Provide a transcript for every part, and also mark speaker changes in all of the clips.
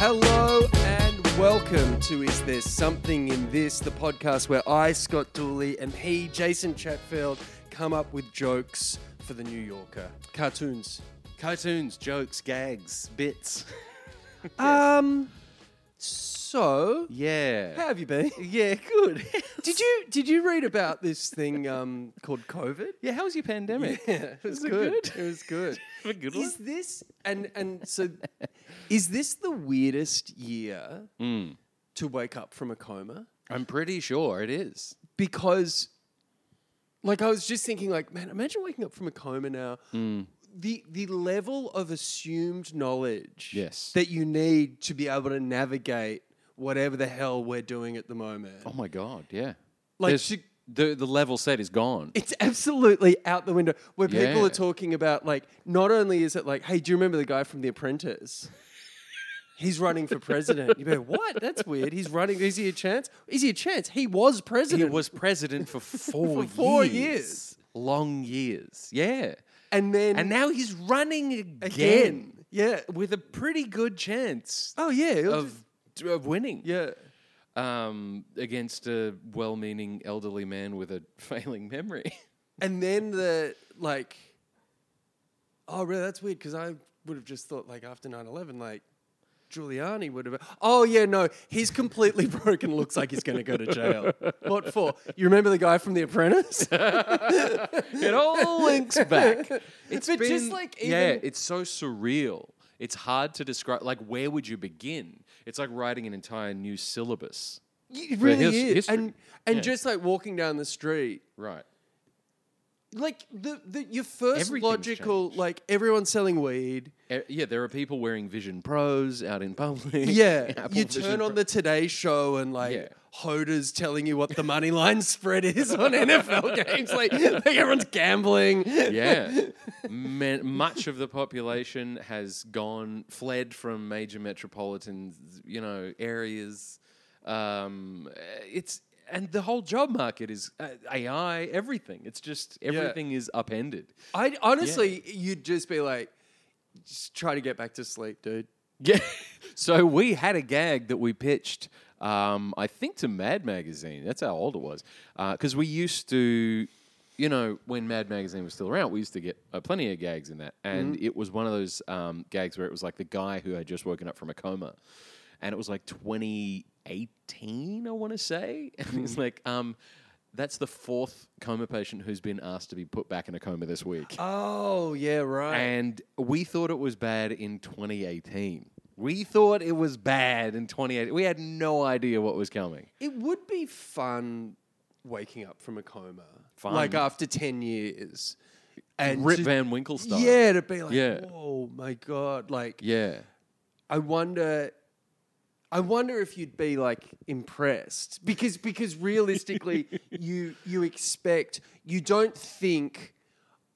Speaker 1: Hello and welcome to Is There Something in This, the podcast where I, Scott Dooley, and he, Jason Chatfield, come up with jokes for the New Yorker. Cartoons. Cartoons, jokes, gags, bits. Um so how
Speaker 2: Yeah.
Speaker 1: have you been?
Speaker 2: Yeah, good.
Speaker 1: Did you did you read about this thing um, called COVID?
Speaker 2: yeah, how was your pandemic?
Speaker 1: it was,
Speaker 2: Was it
Speaker 1: good.
Speaker 2: good?
Speaker 1: It was good.
Speaker 2: Have a good
Speaker 1: is this and and so is this the weirdest year
Speaker 2: Hmm.
Speaker 1: to wake up from a coma?
Speaker 2: I'm pretty sure it is.
Speaker 1: Because like I was just thinking like, man, imagine waking up from a coma now.
Speaker 2: Hmm.
Speaker 1: The the level of assumed knowledge
Speaker 2: Yes.
Speaker 1: that you need to be able to navigate whatever the hell we're doing at the moment.
Speaker 2: Oh my god, yeah.
Speaker 1: Like,
Speaker 2: There's-
Speaker 1: she-
Speaker 2: the the level set is gone.
Speaker 1: It's absolutely out the window. Where people
Speaker 2: Yeah.
Speaker 1: are talking about like, not only is it like, hey, do you remember the guy from The Apprentice? He's running for president. You go, what? That's weird. He's running. Is he a chance? Is he a chance? He was
Speaker 2: He
Speaker 1: president.
Speaker 2: was president for four
Speaker 1: For four
Speaker 2: years.
Speaker 1: years.
Speaker 2: Long years. Yeah.
Speaker 1: and then
Speaker 2: And now he's running again,
Speaker 1: again. Yeah.
Speaker 2: with a pretty good chance
Speaker 1: Oh yeah. he'll
Speaker 2: of
Speaker 1: just-
Speaker 2: of winning.
Speaker 1: yeah.
Speaker 2: Um against a well-meaning elderly man with a failing memory.
Speaker 1: And then the like. Oh really? That's weird because I would have just thought like after 9-11, like. Giuliani would have. Oh yeah, no, he's completely broken. Looks like he's going to go to jail. what for? You remember the guy from The Apprentice?
Speaker 2: it all links back. It's
Speaker 1: But just,
Speaker 2: been-
Speaker 1: like,
Speaker 2: yeah,
Speaker 1: even-
Speaker 2: it's so surreal. It's hard to describe. Like, where would you begin? It's like writing an entire new syllabus,
Speaker 1: It really
Speaker 2: his-
Speaker 1: is.
Speaker 2: history.
Speaker 1: And and
Speaker 2: Yeah.
Speaker 1: just like walking down the street,
Speaker 2: right?
Speaker 1: like the, the your first
Speaker 2: Everything's
Speaker 1: logical,
Speaker 2: changed.
Speaker 1: like everyone's selling weed.
Speaker 2: Eh, Yeah, there are people wearing Vision Pros out in public.
Speaker 1: Yeah,
Speaker 2: Apple
Speaker 1: you
Speaker 2: Vision
Speaker 1: turn on
Speaker 2: Pro-
Speaker 1: the Today Show and like
Speaker 2: Yeah.
Speaker 1: Hoda's telling you what the money line spread is on NFL games. Like, like everyone's gambling.
Speaker 2: Yeah, Man, much of the population has gone, fled from major metropolitan, you know, areas. Um, eh, it's and the whole job market is uh, AI, everything. It's just everything is upended.
Speaker 1: I honestly, you'd just be like, just try to get back to sleep, dude.
Speaker 2: Yeah. So we had a gag that we pitched, um, I think, to Mad Magazine. That's how old it was. Because we used to, you know, when Mad Magazine was still around, we used to get uh, plenty of gags in that. And it was one of those um, gags where it was like the guy who had just woken up from a coma. And it was like 2018, I want to say. And he's like, um, that's the fourth coma patient who's been asked to be put back in a coma this week.
Speaker 1: Oh yeah, right.
Speaker 2: And we thought it was bad in 2018. We thought it was bad in 2018. We had no idea what was coming.
Speaker 1: It would be fun waking up from a coma,
Speaker 2: Fun.
Speaker 1: like after ten years, and
Speaker 2: Rip
Speaker 1: to-
Speaker 2: Van Winkle style.
Speaker 1: Yeah, to be like,
Speaker 2: Yeah.
Speaker 1: oh my god, like
Speaker 2: Yeah.
Speaker 1: I wonder, I wonder if you'd be like impressed because because realistically, you you expect you don't think.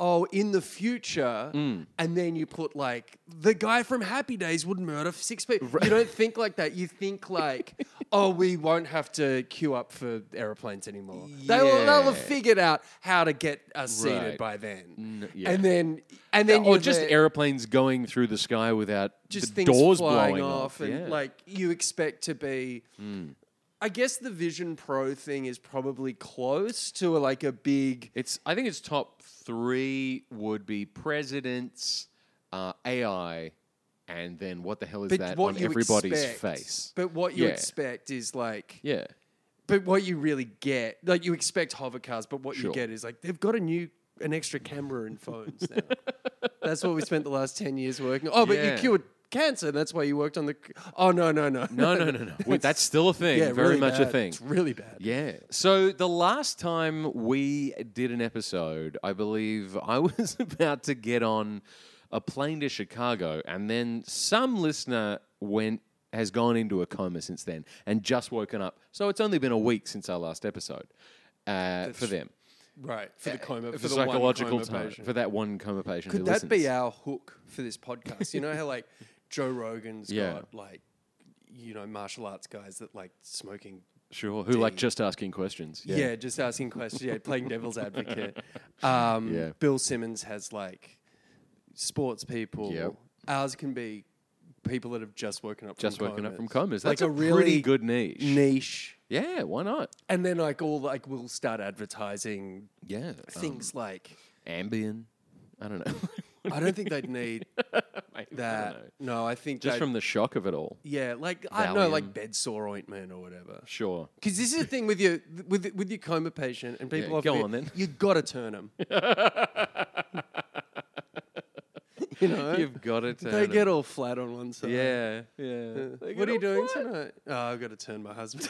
Speaker 1: Oh, in the future,
Speaker 2: Mm.
Speaker 1: and then you put like the guy from Happy Days would murder six people. You don't think like that. You think like, oh, we won't have to queue up for airplanes anymore. They will, they'll have
Speaker 2: Yeah.
Speaker 1: figured out how to get us seated
Speaker 2: Right.
Speaker 1: by then.
Speaker 2: yeah.
Speaker 1: And then, and then,
Speaker 2: or
Speaker 1: you're
Speaker 2: just
Speaker 1: there
Speaker 2: airplanes going through the sky without
Speaker 1: just
Speaker 2: the
Speaker 1: things
Speaker 2: doors
Speaker 1: flying
Speaker 2: blowing
Speaker 1: off, and
Speaker 2: Yeah. Hmm.
Speaker 1: like you expect to be. I guess the Vision Pro thing is probably close to a, like a big.
Speaker 2: It's I think its top three would be presidents, uh, AI, and then what the hell is
Speaker 1: But
Speaker 2: that
Speaker 1: what
Speaker 2: on
Speaker 1: you
Speaker 2: everybody's
Speaker 1: expect,
Speaker 2: face?
Speaker 1: But what you
Speaker 2: Yeah.
Speaker 1: expect is like.
Speaker 2: Yeah.
Speaker 1: But what you really get, like you expect hover cars, but what you
Speaker 2: Sure.
Speaker 1: get is like they've got a new, an extra camera in phones now. that's what we spent the last ten years working. on. Oh, but you
Speaker 2: Yeah.
Speaker 1: cured cancer. and That's why you worked on the. c- Oh no no no
Speaker 2: No, no, no, no. Wait, that's still a thing.
Speaker 1: yeah,
Speaker 2: very
Speaker 1: really
Speaker 2: much a
Speaker 1: bad.
Speaker 2: thing.
Speaker 1: It's really bad.
Speaker 2: Yeah. So the last time we did an episode, I believe I was about to get on a plane to Chicago, and then some listener went has gone into a coma since then and just woken up. So it's only been a week since our last episode uh, for them.
Speaker 1: Right for the coma for,
Speaker 2: For
Speaker 1: the one
Speaker 2: psychological
Speaker 1: coma
Speaker 2: time,
Speaker 1: patient.
Speaker 2: for that one coma patient. who
Speaker 1: Could that
Speaker 2: listens.
Speaker 1: be our hook for this podcast? You know how like Joe Rogan's
Speaker 2: Yeah.
Speaker 1: got like you know martial arts guys that like smoking.
Speaker 2: sure? Who like just asking questions?
Speaker 1: Yeah, just asking questions. Yeah, playing devil's advocate. Um,
Speaker 2: Yeah.
Speaker 1: Bill Simmons has like sports people.
Speaker 2: Yep.
Speaker 1: Ours can be people that have just woken up
Speaker 2: Just
Speaker 1: from
Speaker 2: woken up from
Speaker 1: comas.
Speaker 2: comas.
Speaker 1: Like
Speaker 2: That's
Speaker 1: a
Speaker 2: a,
Speaker 1: really
Speaker 2: really good niche.
Speaker 1: niche
Speaker 2: yeah, why not?
Speaker 1: and then like all like we'll start advertising
Speaker 2: Yeah,
Speaker 1: things like
Speaker 2: um, Ambien. I don't know.
Speaker 1: I don't think they'd need
Speaker 2: Maybe, I
Speaker 1: that.
Speaker 2: don't know.
Speaker 1: No, I think
Speaker 2: Just
Speaker 1: they'd-
Speaker 2: from the shock of it all.
Speaker 1: yeah, like I don't know, like
Speaker 2: Valium.
Speaker 1: bed sore ointment or whatever.
Speaker 2: Sure.
Speaker 1: Because this is the thing with your with with your coma patient and people.
Speaker 2: Yeah,
Speaker 1: often
Speaker 2: go
Speaker 1: be-
Speaker 2: on then.
Speaker 1: You got to turn them. you know,
Speaker 2: You've got to turn.
Speaker 1: they
Speaker 2: it.
Speaker 1: get all flat on one side.
Speaker 2: Yeah, yeah. They
Speaker 1: What are
Speaker 2: get
Speaker 1: you
Speaker 2: all
Speaker 1: doing
Speaker 2: flat.
Speaker 1: tonight? Oh, I've got to turn my husband.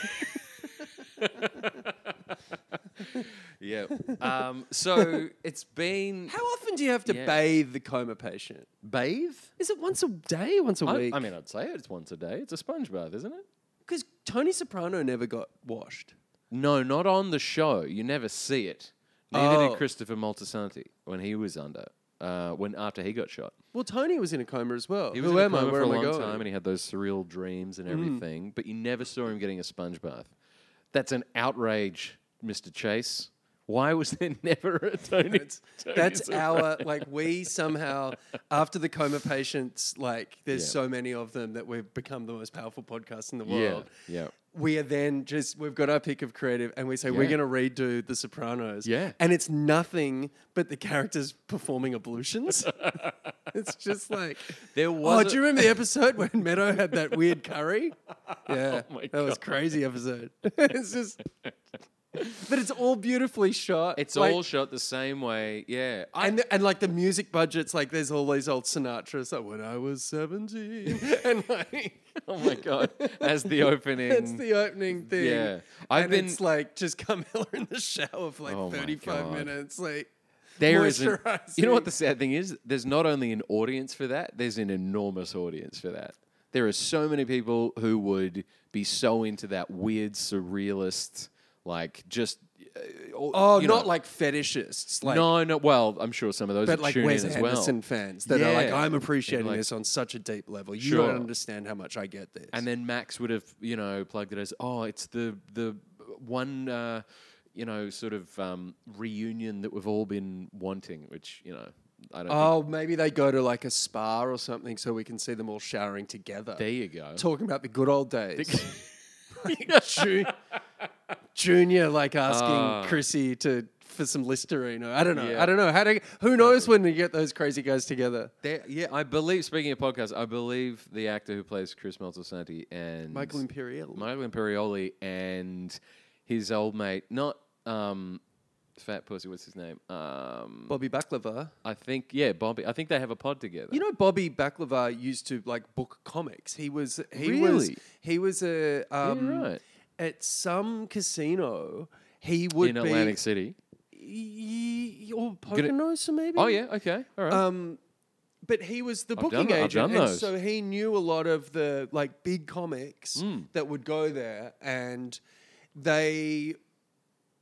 Speaker 2: Yeah. Um, so it's been
Speaker 1: How often do you have to
Speaker 2: Yeah.
Speaker 1: bathe the coma patient?
Speaker 2: bathe.
Speaker 1: Is it once a day, once a
Speaker 2: I,
Speaker 1: week?
Speaker 2: I mean, I'd say it's once a day. It's a sponge bath, isn't it?
Speaker 1: because Tony Soprano never got washed.
Speaker 2: No, not on the show. You never see it. Neither
Speaker 1: Oh.
Speaker 2: did Christopher Moltisanti when he was under. Uh, when after he got shot,
Speaker 1: Well, Tony was in a coma as well.
Speaker 2: he was
Speaker 1: Who
Speaker 2: in a
Speaker 1: am I?
Speaker 2: coma
Speaker 1: Where
Speaker 2: for a
Speaker 1: am
Speaker 2: long
Speaker 1: I going? Hmm.
Speaker 2: time, and he had those surreal dreams and everything. But you never saw him getting a sponge bath. That's an outrage, Mister Chase. Why was there never a Tony?
Speaker 1: That's,
Speaker 2: Tony
Speaker 1: that's
Speaker 2: Soprano?
Speaker 1: our like we somehow after the coma patients like there's
Speaker 2: Yeah.
Speaker 1: so many of them that we've become the most powerful podcast in the
Speaker 2: yeah,
Speaker 1: world.
Speaker 2: yeah.
Speaker 1: We are then just we've got our pick of creative and we say we're
Speaker 2: Yeah.
Speaker 1: going to redo The Sopranos.
Speaker 2: Yeah.
Speaker 1: and it's nothing but the characters performing ablutions. it's just like
Speaker 2: There was.
Speaker 1: oh,
Speaker 2: a-
Speaker 1: do you remember the episode when Meadow had that weird curry? Yeah,
Speaker 2: Oh my
Speaker 1: that was
Speaker 2: God.
Speaker 1: crazy episode. it's just. But it's all beautifully shot.
Speaker 2: It's
Speaker 1: Like,
Speaker 2: all shot the same way. Yeah. I,
Speaker 1: and the, and like the music budgets, like there's all these old Sinatras. Like when I was seventeen, and like
Speaker 2: oh my god. As the opening.
Speaker 1: that's the opening thing.
Speaker 2: Yeah. I've
Speaker 1: and
Speaker 2: been-
Speaker 1: it's like just Carmella in the shower for like
Speaker 2: Oh my
Speaker 1: 35
Speaker 2: God.
Speaker 1: minutes. Like
Speaker 2: there is an- You know
Speaker 1: moisturising.
Speaker 2: what the sad thing is? There's not only an audience for that. There's an enormous audience for that. There are so many people who would be so into that weird surrealist, like just. Uh, all-
Speaker 1: oh,
Speaker 2: you know-
Speaker 1: not like fetishists, like
Speaker 2: no, no. Well, I'm sure some of those.
Speaker 1: but
Speaker 2: would
Speaker 1: like
Speaker 2: tune in
Speaker 1: Wes
Speaker 2: as
Speaker 1: Anderson
Speaker 2: well.
Speaker 1: fans that are like
Speaker 2: Yeah.
Speaker 1: I'm appreciating
Speaker 2: Like-
Speaker 1: this on such a deep level. You
Speaker 2: Sure.
Speaker 1: don't understand how much I get this.
Speaker 2: And then Max would have, you know, plugged it as, oh, it's the the one, uh, you know, sort of um, reunion that we've all been wanting, which you know, I don't. think,
Speaker 1: oh, maybe they go to like a spa or something so we can see them all showering together.
Speaker 2: there you go.
Speaker 1: talking about the good old days. Like, Ju- junior like asking
Speaker 2: Ah.
Speaker 1: Chrissy to for some Listerine. or- I don't know.
Speaker 2: Yeah.
Speaker 1: I don't know how to. Who knows when you get those crazy guys together?
Speaker 2: There- yeah, I believe. Speaking of podcasts, I believe the actor who plays Chris Meltisanti and
Speaker 1: Michael Imperial.
Speaker 2: Michael Imperioli and his old mate, not um, Fat Pussy. What's his name? Um,
Speaker 1: Bobby Baklava.
Speaker 2: I think yeah, Bobby. I think they have a pod together.
Speaker 1: You know, Bobby Baklava used to like book comics. He was he was
Speaker 2: Really?
Speaker 1: he was a um,
Speaker 2: right.
Speaker 1: at some casino. He would
Speaker 2: in
Speaker 1: be
Speaker 2: Atlantic City.
Speaker 1: y- y- or
Speaker 2: Good at-
Speaker 1: Poconos, maybe.
Speaker 2: Oh yeah. Okay. All right.
Speaker 1: Um, but he was the
Speaker 2: I've done
Speaker 1: booking
Speaker 2: tho- I've
Speaker 1: agent,
Speaker 2: done
Speaker 1: and
Speaker 2: those.
Speaker 1: so he knew a lot of the like big comics
Speaker 2: Hmm.
Speaker 1: that would go there, and they,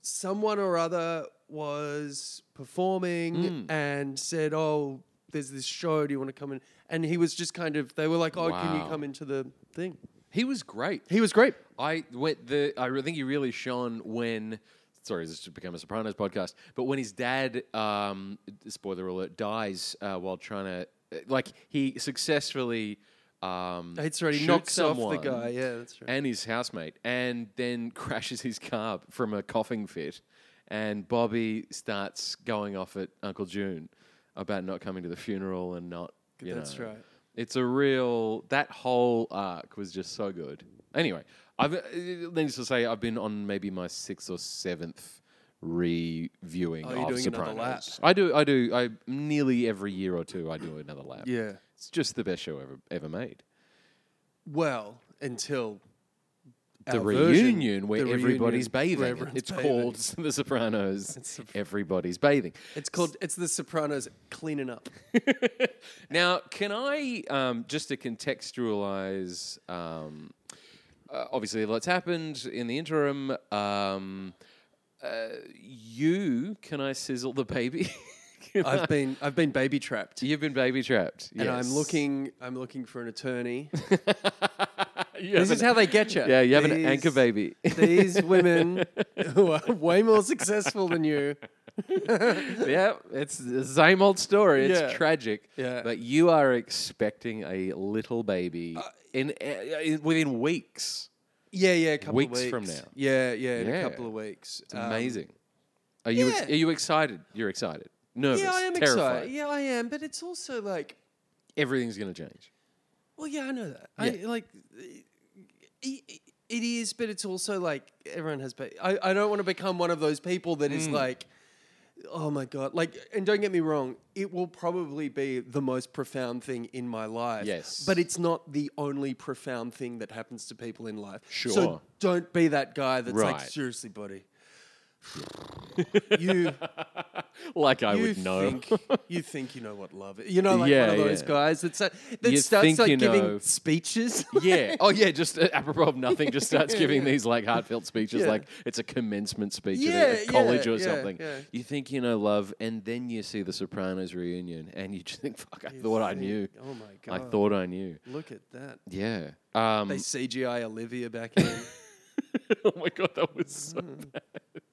Speaker 1: someone or other was performing
Speaker 2: Hmm.
Speaker 1: and said, "Oh, there's this show. Do you want to come in?" And he was just kind of. They were like, "Oh, can you
Speaker 2: Wow.
Speaker 1: come into the thing?"
Speaker 2: he was great.
Speaker 1: He was great.
Speaker 2: I went the. I re- think he really shone when. Sorry, this should become a Sopranos podcast. But when his dad, um, spoiler alert, dies uh, while trying to, like, he successfully. Um,
Speaker 1: It's already
Speaker 2: shoots
Speaker 1: knocks off the
Speaker 2: someone
Speaker 1: guy. Yeah, that's right.
Speaker 2: And his housemate, and then crashes his car from a coughing fit, and Bobby starts going off at Uncle June about not coming to the funeral and not. You
Speaker 1: That's
Speaker 2: know,
Speaker 1: right.
Speaker 2: it's a real that whole arc was just so good. Anyway, I've uh, needless to say I've been on maybe my sixth or seventh reviewing
Speaker 1: Oh, you're
Speaker 2: of
Speaker 1: doing another
Speaker 2: Sopranos.
Speaker 1: lap.
Speaker 2: I do, I do, I nearly every year or two I do another lap.
Speaker 1: Yeah.
Speaker 2: it's just the best show ever ever made.
Speaker 1: Well, until.
Speaker 2: The
Speaker 1: our version,
Speaker 2: reunion where
Speaker 1: the
Speaker 2: everybody's
Speaker 1: reunion where
Speaker 2: bathing.
Speaker 1: everyone's
Speaker 2: it's
Speaker 1: bathing.
Speaker 2: called The Sopranos. everybody's bathing.
Speaker 1: It's called. It's the Sopranos cleaning up.
Speaker 2: Now, can I um, just to contextualize? Um, uh, obviously, lots happened in the interim. Um, uh, you can I sizzle the baby? Can I-
Speaker 1: I've been. I've been baby trapped,
Speaker 2: You've been baby trapped,
Speaker 1: and I'm
Speaker 2: yes.
Speaker 1: looking. I'm looking for an attorney.
Speaker 2: You
Speaker 1: this
Speaker 2: have
Speaker 1: is
Speaker 2: an-
Speaker 1: how they get you.
Speaker 2: Yeah, you have an
Speaker 1: These-
Speaker 2: anchor baby.
Speaker 1: These women who are way more successful than you
Speaker 2: yeah, it's the same old story. It's
Speaker 1: Yeah.
Speaker 2: tragic.
Speaker 1: Yeah.
Speaker 2: But you are expecting a little baby in, uh, in within weeks.
Speaker 1: Yeah, yeah, a couple
Speaker 2: Weeks
Speaker 1: of weeks
Speaker 2: from now.
Speaker 1: Yeah, yeah, in a
Speaker 2: Yeah.
Speaker 1: couple of weeks. Um,
Speaker 2: It's amazing. Are you ex-
Speaker 1: yeah.
Speaker 2: are you excited? You're excited. Nervous.
Speaker 1: yeah, I am
Speaker 2: terrified.
Speaker 1: excited. Yeah, I am. But it's also like,
Speaker 2: Everything's going to change.
Speaker 1: well, yeah, I know that. I
Speaker 2: Yeah.
Speaker 1: like. It, it is, but it's also like everyone has. Ba- I I don't want to become one of those people that
Speaker 2: Mm.
Speaker 1: is like. Oh my god! Like, and don't get me wrong, it will probably be the most profound thing in my life.
Speaker 2: Yes.
Speaker 1: but it's not the only profound thing that happens to people in life.
Speaker 2: Sure.
Speaker 1: So don't be that guy that's like,
Speaker 2: Right.
Speaker 1: seriously, buddy. you
Speaker 2: Like I
Speaker 1: you
Speaker 2: would know.
Speaker 1: Think, you think you know what love is. You know, like
Speaker 2: Yeah,
Speaker 1: one of those
Speaker 2: yeah.
Speaker 1: guys that's, uh, that
Speaker 2: You
Speaker 1: starts
Speaker 2: think
Speaker 1: like
Speaker 2: you
Speaker 1: giving
Speaker 2: know.
Speaker 1: speeches.
Speaker 2: yeah. Oh, yeah. Just uh, apropos of nothing, just starts giving these like heartfelt speeches,
Speaker 1: Yeah.
Speaker 2: like it's a commencement speech
Speaker 1: Yeah,
Speaker 2: at a- a college
Speaker 1: yeah,
Speaker 2: or
Speaker 1: yeah,
Speaker 2: something.
Speaker 1: yeah.
Speaker 2: You think you know love, and then you see the Sopranos reunion, and you just think, "Fuck, I thought I
Speaker 1: think,
Speaker 2: knew.
Speaker 1: "Oh my
Speaker 2: I
Speaker 1: God."
Speaker 2: thought I knew."
Speaker 1: Look at that.
Speaker 2: Yeah. Um,
Speaker 1: They CGI Olivia back in.
Speaker 2: oh my god, that was so bad.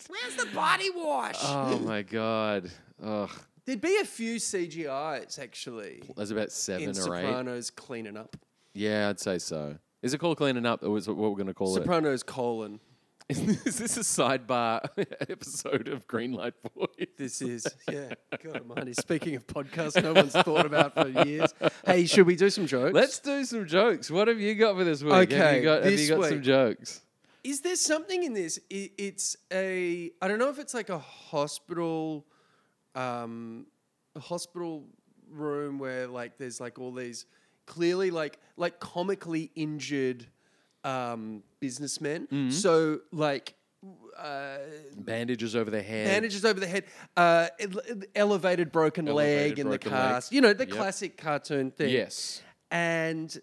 Speaker 1: Where's the body wash?
Speaker 2: Oh my god. Ugh.
Speaker 1: Uh, There'd be a few CGIs actually
Speaker 2: There's about seven
Speaker 1: in
Speaker 2: or eight.
Speaker 1: Sopranos cleaning up.
Speaker 2: Yeah, I'd say so. Is it called cleaning up, or is it what we're going to call it?
Speaker 1: Sopranos colon.
Speaker 2: Is this a sidebar episode of Greenlight Boys?
Speaker 1: This is yeah. God almighty. Speaking of podcasts, no one's thought about for years. Hey, should we do some jokes?
Speaker 2: Let's do some jokes. What have you got for this week? have
Speaker 1: Okay,
Speaker 2: you got, have you
Speaker 1: this
Speaker 2: got some
Speaker 1: week-
Speaker 2: jokes?
Speaker 1: Is there something in this? I it's a I don't know if it's like a hospital, um, a hospital room where like there's like all these clearly like like comically injured um, businessmen.
Speaker 2: Mm-hmm.
Speaker 1: So like uh,
Speaker 2: Bandages over the hand.
Speaker 1: bandages over the head, uh, ele- elevated broken leg
Speaker 2: Elevated
Speaker 1: in the
Speaker 2: broken leg.
Speaker 1: cast. You know the
Speaker 2: Yep.
Speaker 1: classic cartoon thing
Speaker 2: Yes.
Speaker 1: and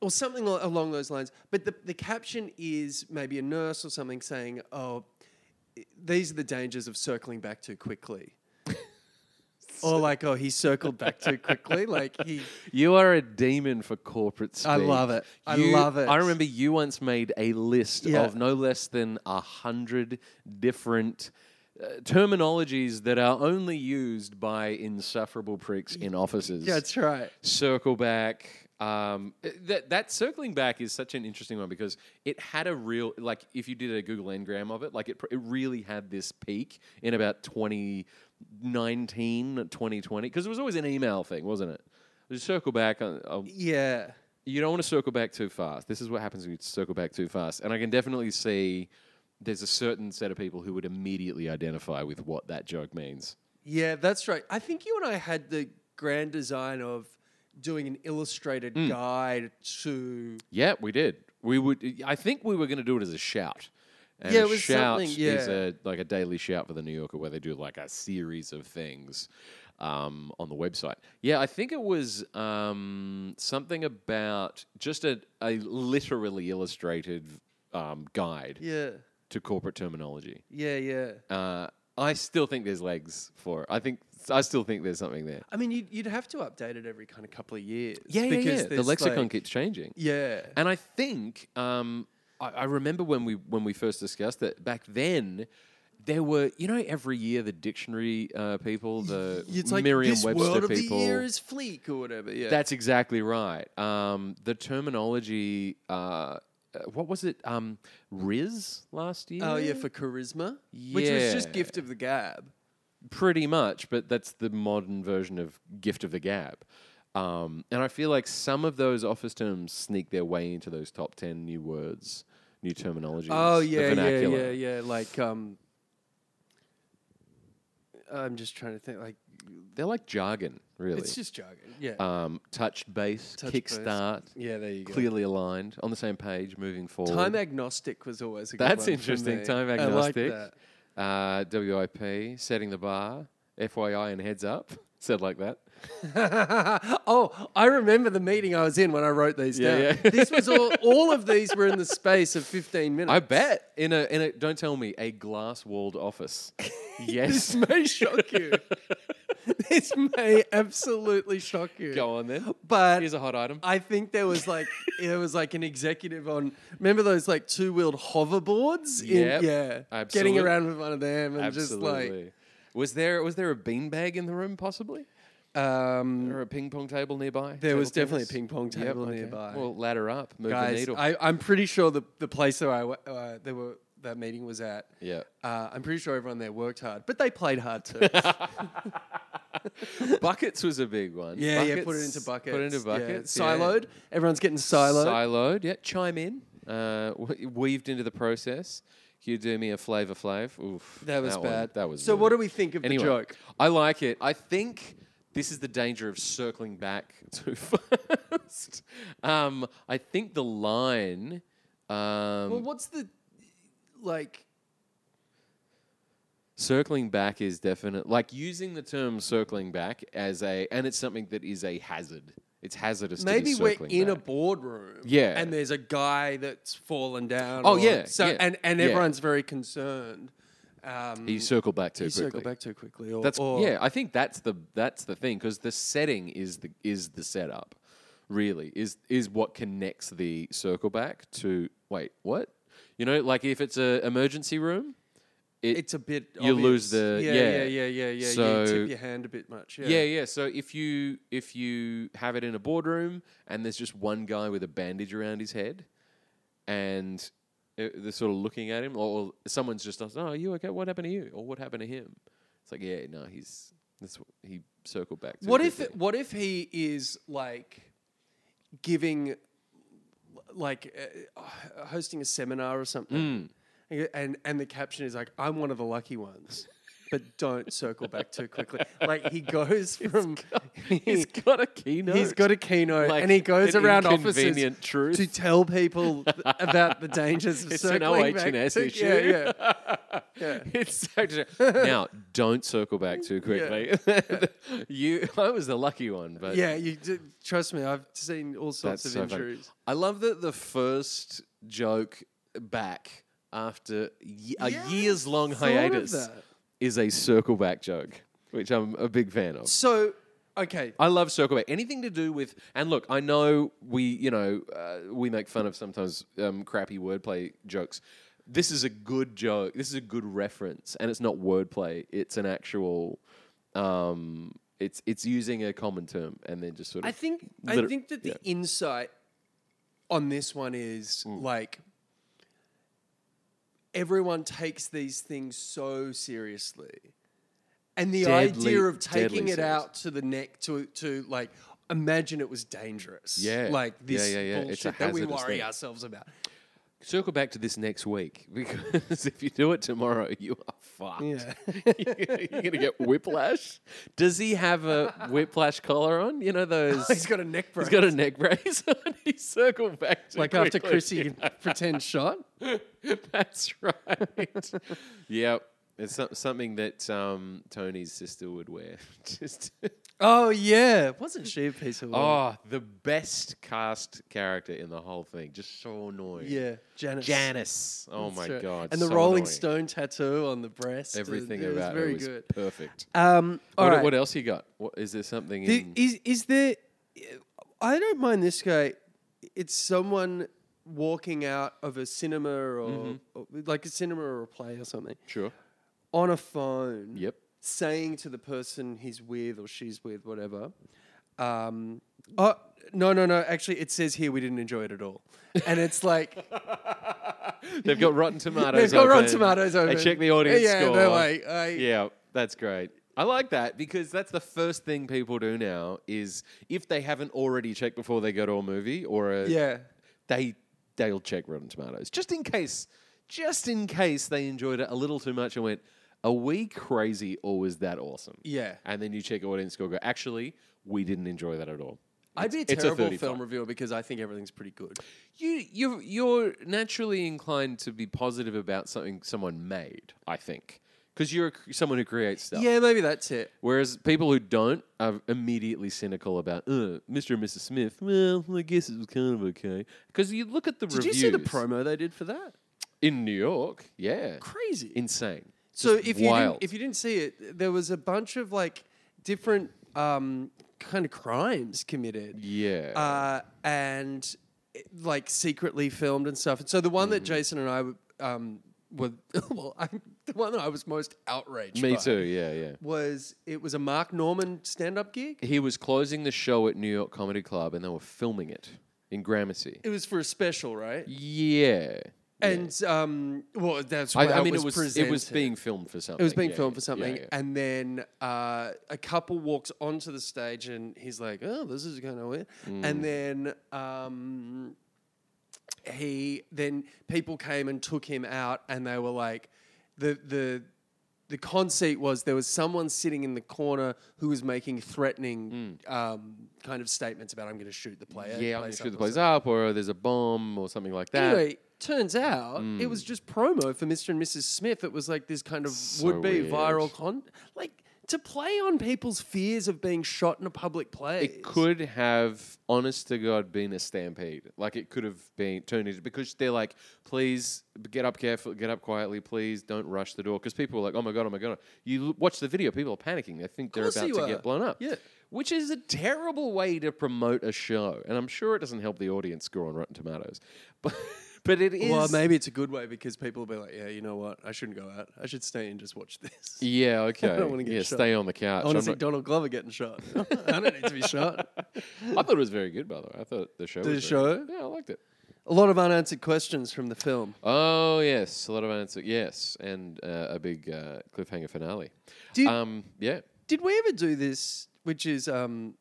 Speaker 1: or something al- along those lines. But the, the caption is maybe a nurse or something saying, "Oh, i- these are the dangers of circling back too quickly." or like, "Oh, he circled back too quickly." Like he,
Speaker 2: You are a demon for corporate speak.
Speaker 1: I love it. I
Speaker 2: You-
Speaker 1: love it.
Speaker 2: I remember you once made a list
Speaker 1: Yeah.
Speaker 2: of no less than a hundred different uh, terminologies that are only used by insufferable pricks in offices.
Speaker 1: that's right.
Speaker 2: circle back. Um, that that circling back is such an interesting one because it had a real like if you did a Google Ngram of it, like it pr- it really had this peak in about 2019, 2020 because it was always an email thing, wasn't it? Just circle back. uh, uh,
Speaker 1: Yeah,
Speaker 2: You don't want to circle back too fast. This is what happens when you circle back too fast, and I can definitely see there's a certain set of people who would immediately identify with what that joke means.
Speaker 1: yeah, that's right. I think you and I had the grand design of doing an illustrated guide to
Speaker 2: Yeah, we did. We would. I think we were going to do it as a shout. And
Speaker 1: Yeah,
Speaker 2: a
Speaker 1: it was
Speaker 2: shout
Speaker 1: something,
Speaker 2: is
Speaker 1: yeah.
Speaker 2: a like a daily shout for the New Yorker where they do like a series of things um, on the website. Yeah, I think it was um, something about just a, a literally illustrated um, guide
Speaker 1: yeah,
Speaker 2: to corporate terminology.
Speaker 1: yeah, yeah.
Speaker 2: Uh, I still think there's legs for. It. I think I still think there's something there.
Speaker 1: I mean, you'd, you'd have to update it every kind of couple of years.
Speaker 2: The
Speaker 1: there's,
Speaker 2: lexicon
Speaker 1: like-
Speaker 2: keeps changing.
Speaker 1: yeah.
Speaker 2: And I think um, I, I remember when we when we first discussed it back then. There were, you know, every year the dictionary uh, people, the
Speaker 1: it's like this
Speaker 2: Merriam-Webster
Speaker 1: world of
Speaker 2: people.
Speaker 1: the year is fleek or whatever. Yeah,
Speaker 2: That's exactly right. Um, the terminology, uh, uh, what was it? Um, Riz last year.
Speaker 1: oh yeah for charisma, which was just
Speaker 2: Yeah.
Speaker 1: gift of the gab.
Speaker 2: pretty much, but that's the modern version of Gift of the Gab. Um, and I feel like some of those office terms sneak their way into those top ten new words, new terminologies.
Speaker 1: Oh
Speaker 2: the
Speaker 1: yeah, yeah,
Speaker 2: vernacular.
Speaker 1: yeah, yeah. Like um, I'm just trying to think. Like
Speaker 2: They're like jargon, really.
Speaker 1: it's just jargon. Yeah,
Speaker 2: um, touch base,
Speaker 1: Touch base.
Speaker 2: kickstart,
Speaker 1: yeah. There you go.
Speaker 2: clearly aligned, on the same page, moving forward.
Speaker 1: Time agnostic was always a good
Speaker 2: That's
Speaker 1: one for
Speaker 2: interesting.
Speaker 1: me.
Speaker 2: Time
Speaker 1: I
Speaker 2: agnostic.
Speaker 1: like that.
Speaker 2: Uh, WIP, setting the bar, FYI, and heads up. Said like that.
Speaker 1: oh, I remember the meeting I was in when I wrote these
Speaker 2: Yeah,
Speaker 1: down.
Speaker 2: yeah.
Speaker 1: This was all. All of these were in the space of 15 minutes.
Speaker 2: I bet in a in a don't tell me a glass walled office.
Speaker 1: This
Speaker 2: yes,
Speaker 1: may shock you. this may absolutely shock you.
Speaker 2: go on then.
Speaker 1: But
Speaker 2: Here's a hot item.
Speaker 1: I think there was like there was like an executive on. Remember those like two wheeled hoverboards? In-
Speaker 2: Yep.
Speaker 1: yeah,
Speaker 2: Absolute-
Speaker 1: getting around with one of them and just like
Speaker 2: Was there was there a beanbag in the room possibly,
Speaker 1: Um,
Speaker 2: or a ping pong table nearby?
Speaker 1: there was
Speaker 2: Table
Speaker 1: definitely a
Speaker 2: tennis?
Speaker 1: ping pong
Speaker 2: Yep,
Speaker 1: table
Speaker 2: okay.
Speaker 1: nearby.
Speaker 2: Well, ladder up, move the
Speaker 1: Guys,
Speaker 2: needle.
Speaker 1: I, I'm pretty sure the, the place that I w- uh, there were that meeting was at.
Speaker 2: Yeah.
Speaker 1: Uh, I'm pretty sure everyone there worked hard, but they played hard too.
Speaker 2: buckets was a big one.
Speaker 1: yeah, yeah. Put it into buckets.
Speaker 2: Put it into
Speaker 1: yeah.
Speaker 2: buckets. yeah.
Speaker 1: Siloed. Everyone's getting siloed.
Speaker 2: Siloed. Yeah. Chime in. Uh, w- weaved into the process. Can you do me a flavor flav? Oof.
Speaker 1: that was
Speaker 2: one-
Speaker 1: bad.
Speaker 2: that was.
Speaker 1: So
Speaker 2: really
Speaker 1: what do we think of
Speaker 2: anyway,
Speaker 1: the joke?
Speaker 2: I like it. I think this is the danger of circling back too fast. Um, I think the line. Um,
Speaker 1: Well, what's the like?
Speaker 2: circling back is definite. Like using the term "circling back" as a, and it's something that is a hazard. It's hazardous.
Speaker 1: Maybe
Speaker 2: to be
Speaker 1: we're
Speaker 2: circling
Speaker 1: in a
Speaker 2: back.
Speaker 1: boardroom.
Speaker 2: Yeah.
Speaker 1: And there's a guy that's fallen down.
Speaker 2: Oh,
Speaker 1: or-
Speaker 2: yeah,
Speaker 1: So
Speaker 2: yeah,
Speaker 1: and and
Speaker 2: yeah.
Speaker 1: everyone's very concerned. Um,
Speaker 2: You circle back too
Speaker 1: you
Speaker 2: quickly.
Speaker 1: circle back too quickly. Or,
Speaker 2: That's
Speaker 1: or-
Speaker 2: yeah. I think that's the that's the thing because the setting is the is the setup. Really is is what connects the circle back to wait what you know like if it's a emergency room. It,
Speaker 1: It's a bit.
Speaker 2: You lose
Speaker 1: obvious.
Speaker 2: the-
Speaker 1: yeah yeah
Speaker 2: yeah.
Speaker 1: yeah yeah yeah.
Speaker 2: So-
Speaker 1: you tip your hand a bit much. Yeah.
Speaker 2: yeah, yeah. So if you if you have it in a boardroom and there's just one guy with a bandage around his head, and uh, they're sort of looking at him, or or someone's just asking, "Oh, are you okay? What happened to you? Or what happened to him?" It's like, yeah, no, he's that's what he circled back. To
Speaker 1: What if
Speaker 2: quickly.
Speaker 1: what if he is like giving like uh, h- hosting a seminar or something,
Speaker 2: Hmm.
Speaker 1: and, and and the caption is like, "I'm one of the lucky ones." But don't circle back too quickly. Like he goes from
Speaker 2: he's got a keynote?
Speaker 1: He's got a keynote
Speaker 2: Like
Speaker 1: and he goes
Speaker 2: an
Speaker 1: around offices
Speaker 2: inconvenient truth.
Speaker 1: to tell people th- about the dangers of
Speaker 2: It's an
Speaker 1: circling back.
Speaker 2: OH&S
Speaker 1: to-
Speaker 2: issue.
Speaker 1: Yeah, yeah. Yeah.
Speaker 2: It's so dis- now don't circle back too quickly. you, I was the lucky one, but
Speaker 1: yeah you d- trust me, I've seen all sorts of
Speaker 2: funny.
Speaker 1: injuries.
Speaker 2: I love that the first joke back after y- a
Speaker 1: Yeah, I
Speaker 2: years long
Speaker 1: thought of
Speaker 2: hiatus
Speaker 1: that.
Speaker 2: is a circle back joke, which I'm a big fan of.
Speaker 1: So, okay,
Speaker 2: I love circle back. Anything to do with and look, I know we you know uh, we make fun of sometimes um, crappy wordplay jokes. This is a good joke. This is a good reference, and it's not wordplay. It's an actual. Um, it's it's using a common term and then just sort of.
Speaker 1: I think I
Speaker 2: liter-
Speaker 1: think that the
Speaker 2: yeah.
Speaker 1: insight on this one is
Speaker 2: Mm.
Speaker 1: like everyone takes these things so seriously, and the
Speaker 2: Deadly-
Speaker 1: idea of
Speaker 2: deadly
Speaker 1: taking it
Speaker 2: serious.
Speaker 1: out to the neck to to like imagine it was dangerous.
Speaker 2: Yeah.
Speaker 1: like
Speaker 2: Yeah,
Speaker 1: this
Speaker 2: yeah, yeah. It's a
Speaker 1: bullshit that we
Speaker 2: hazardous
Speaker 1: worry
Speaker 2: thing.
Speaker 1: ourselves about.
Speaker 2: circle back to this next week because if you do it tomorrow, you are fucked.
Speaker 1: Yeah.
Speaker 2: you're gonna get whiplash. Does he have a whiplash collar on? You know those.
Speaker 1: Oh, He's got a neck brace.
Speaker 2: He's got a neck brace on. He circled back to
Speaker 1: like after Chrissy pretend shot.
Speaker 2: That's right. yep. It's som- something that um, Tony's sister would wear. Just
Speaker 1: Oh yeah, wasn't she a piece of work?
Speaker 2: oh, the best cast character in the whole thing. Just so annoying.
Speaker 1: yeah, Janice.
Speaker 2: Janice. Oh my
Speaker 1: That's right.
Speaker 2: god.
Speaker 1: And the
Speaker 2: so
Speaker 1: Rolling
Speaker 2: annoying.
Speaker 1: Stone tattoo on the breast. and
Speaker 2: Everything
Speaker 1: it was
Speaker 2: about
Speaker 1: very
Speaker 2: it was
Speaker 1: good.
Speaker 2: perfect.
Speaker 1: Um, all
Speaker 2: what,
Speaker 1: right.
Speaker 2: what else you got? What, is there something
Speaker 1: Th-
Speaker 2: in?
Speaker 1: Is is there? I don't mind this guy. It's someone walking out of a cinema or,
Speaker 2: Mm-hmm.
Speaker 1: or like a cinema or a play or something
Speaker 2: Sure.
Speaker 1: on a phone.
Speaker 2: Yep.
Speaker 1: Saying to the person he's with or she's with, whatever. Um, oh no no no! Actually, it says here we didn't enjoy it at all, and it's like
Speaker 2: They've got Rotten Tomatoes.
Speaker 1: they've got
Speaker 2: open.
Speaker 1: Rotten Tomatoes open.
Speaker 2: They check the audience
Speaker 1: yeah,
Speaker 2: score.
Speaker 1: They're like, I,
Speaker 2: yeah, that's great. I like that because that's the first thing people do now is if they haven't already checked before they go to a movie or a,
Speaker 1: yeah.
Speaker 2: they they'll check Rotten Tomatoes just in case, just in case they enjoyed it a little too much and went, "Are we crazy or was that awesome?"
Speaker 1: Yeah.
Speaker 2: and then you check audience score. Go, actually, we didn't enjoy that at all.
Speaker 1: I'd be a
Speaker 2: it's a
Speaker 1: terrible
Speaker 2: 35.
Speaker 1: film reviewer because I think everything's pretty good.
Speaker 2: You you you're naturally inclined to be positive about something someone made. I think because you're a cr- someone who creates stuff.
Speaker 1: Yeah, maybe that's it.
Speaker 2: Whereas people who don't are immediately cynical about "Ugh, Mr. and Mrs. Smith. Well, I guess it was kind of okay because you look at the
Speaker 1: Did
Speaker 2: reviews
Speaker 1: you see the promo they did for that?
Speaker 2: in New York. Yeah,
Speaker 1: Crazy.
Speaker 2: insane.
Speaker 1: so
Speaker 2: Just
Speaker 1: if you
Speaker 2: wild.
Speaker 1: didn't, if you didn't see it, there was a bunch of like different um, kind of crimes committed,
Speaker 2: yeah,
Speaker 1: uh, Mm-hmm. and eh, like secretly filmed and stuff. And so the one that Jason and I um, were well, I, the one that I was most outraged.
Speaker 2: Me
Speaker 1: by
Speaker 2: too. Yeah, yeah.
Speaker 1: Was it was a Mark Norman stand-up gig?
Speaker 2: He was closing the show at New York Comedy Club, and they were filming it in Gramercy.
Speaker 1: It was for a special, right?
Speaker 2: Yeah.
Speaker 1: And um, well, that's
Speaker 2: I,
Speaker 1: how
Speaker 2: I mean, it was it was
Speaker 1: presented.
Speaker 2: being filmed for something.
Speaker 1: It was being
Speaker 2: yeah,
Speaker 1: filmed
Speaker 2: yeah,
Speaker 1: for something,
Speaker 2: yeah, yeah.
Speaker 1: and then uh, a couple walks onto the stage, and he's like, "Oh, this is kind of weird."
Speaker 2: Mm.
Speaker 1: And then um, he, then people came and took him out, and they were like, "the the." The conceit was there was someone sitting in the corner who was making threatening um, kind of statements about I'm going to shoot the player.
Speaker 2: Mm. yeah, I'm gonna
Speaker 1: place
Speaker 2: shoot
Speaker 1: up
Speaker 2: the
Speaker 1: or
Speaker 2: place up, or there's a bomb, or something like that. Mm.
Speaker 1: Anyway, turns out it was just promo for Mr. and Mrs. Smith. It was like this kind of would be
Speaker 2: weird.
Speaker 1: viral con like to play on people's fears of being shot in a public place.
Speaker 2: it could have, honest to God, been a stampede. Like it could have been turned into because they're like, please get up carefully, get up quietly, please don't rush the door because people are like, oh my god, oh my god. You l- watch the video, people are panicking. They think they're
Speaker 1: course
Speaker 2: about
Speaker 1: you
Speaker 2: to
Speaker 1: are.
Speaker 2: get blown up.
Speaker 1: Yeah.
Speaker 2: Which is a terrible way to promote a show, and I'm sure it doesn't help the audience score on Rotten Tomatoes, but but it is.
Speaker 1: Well, maybe it's a good way because people will be like, "Yeah, you know what? I shouldn't go out. I should stay and just watch this."
Speaker 2: yeah, okay.
Speaker 1: wanna get
Speaker 2: yeah,
Speaker 1: shot.
Speaker 2: stay on the couch.
Speaker 1: I want
Speaker 2: I'm
Speaker 1: to see
Speaker 2: not-
Speaker 1: Donald Glover getting shot. I don't need to be shot.
Speaker 2: I thought it was very good, by the way. I thought the show.
Speaker 1: The
Speaker 2: was very
Speaker 1: show?
Speaker 2: good. Yeah, I liked it.
Speaker 1: A lot of unanswered questions from the film.
Speaker 2: Oh yes, a lot of answer. Yes, and uh, a big uh, cliffhanger finale.
Speaker 1: Did-
Speaker 2: um, yeah.
Speaker 1: Did we ever do this, which is um,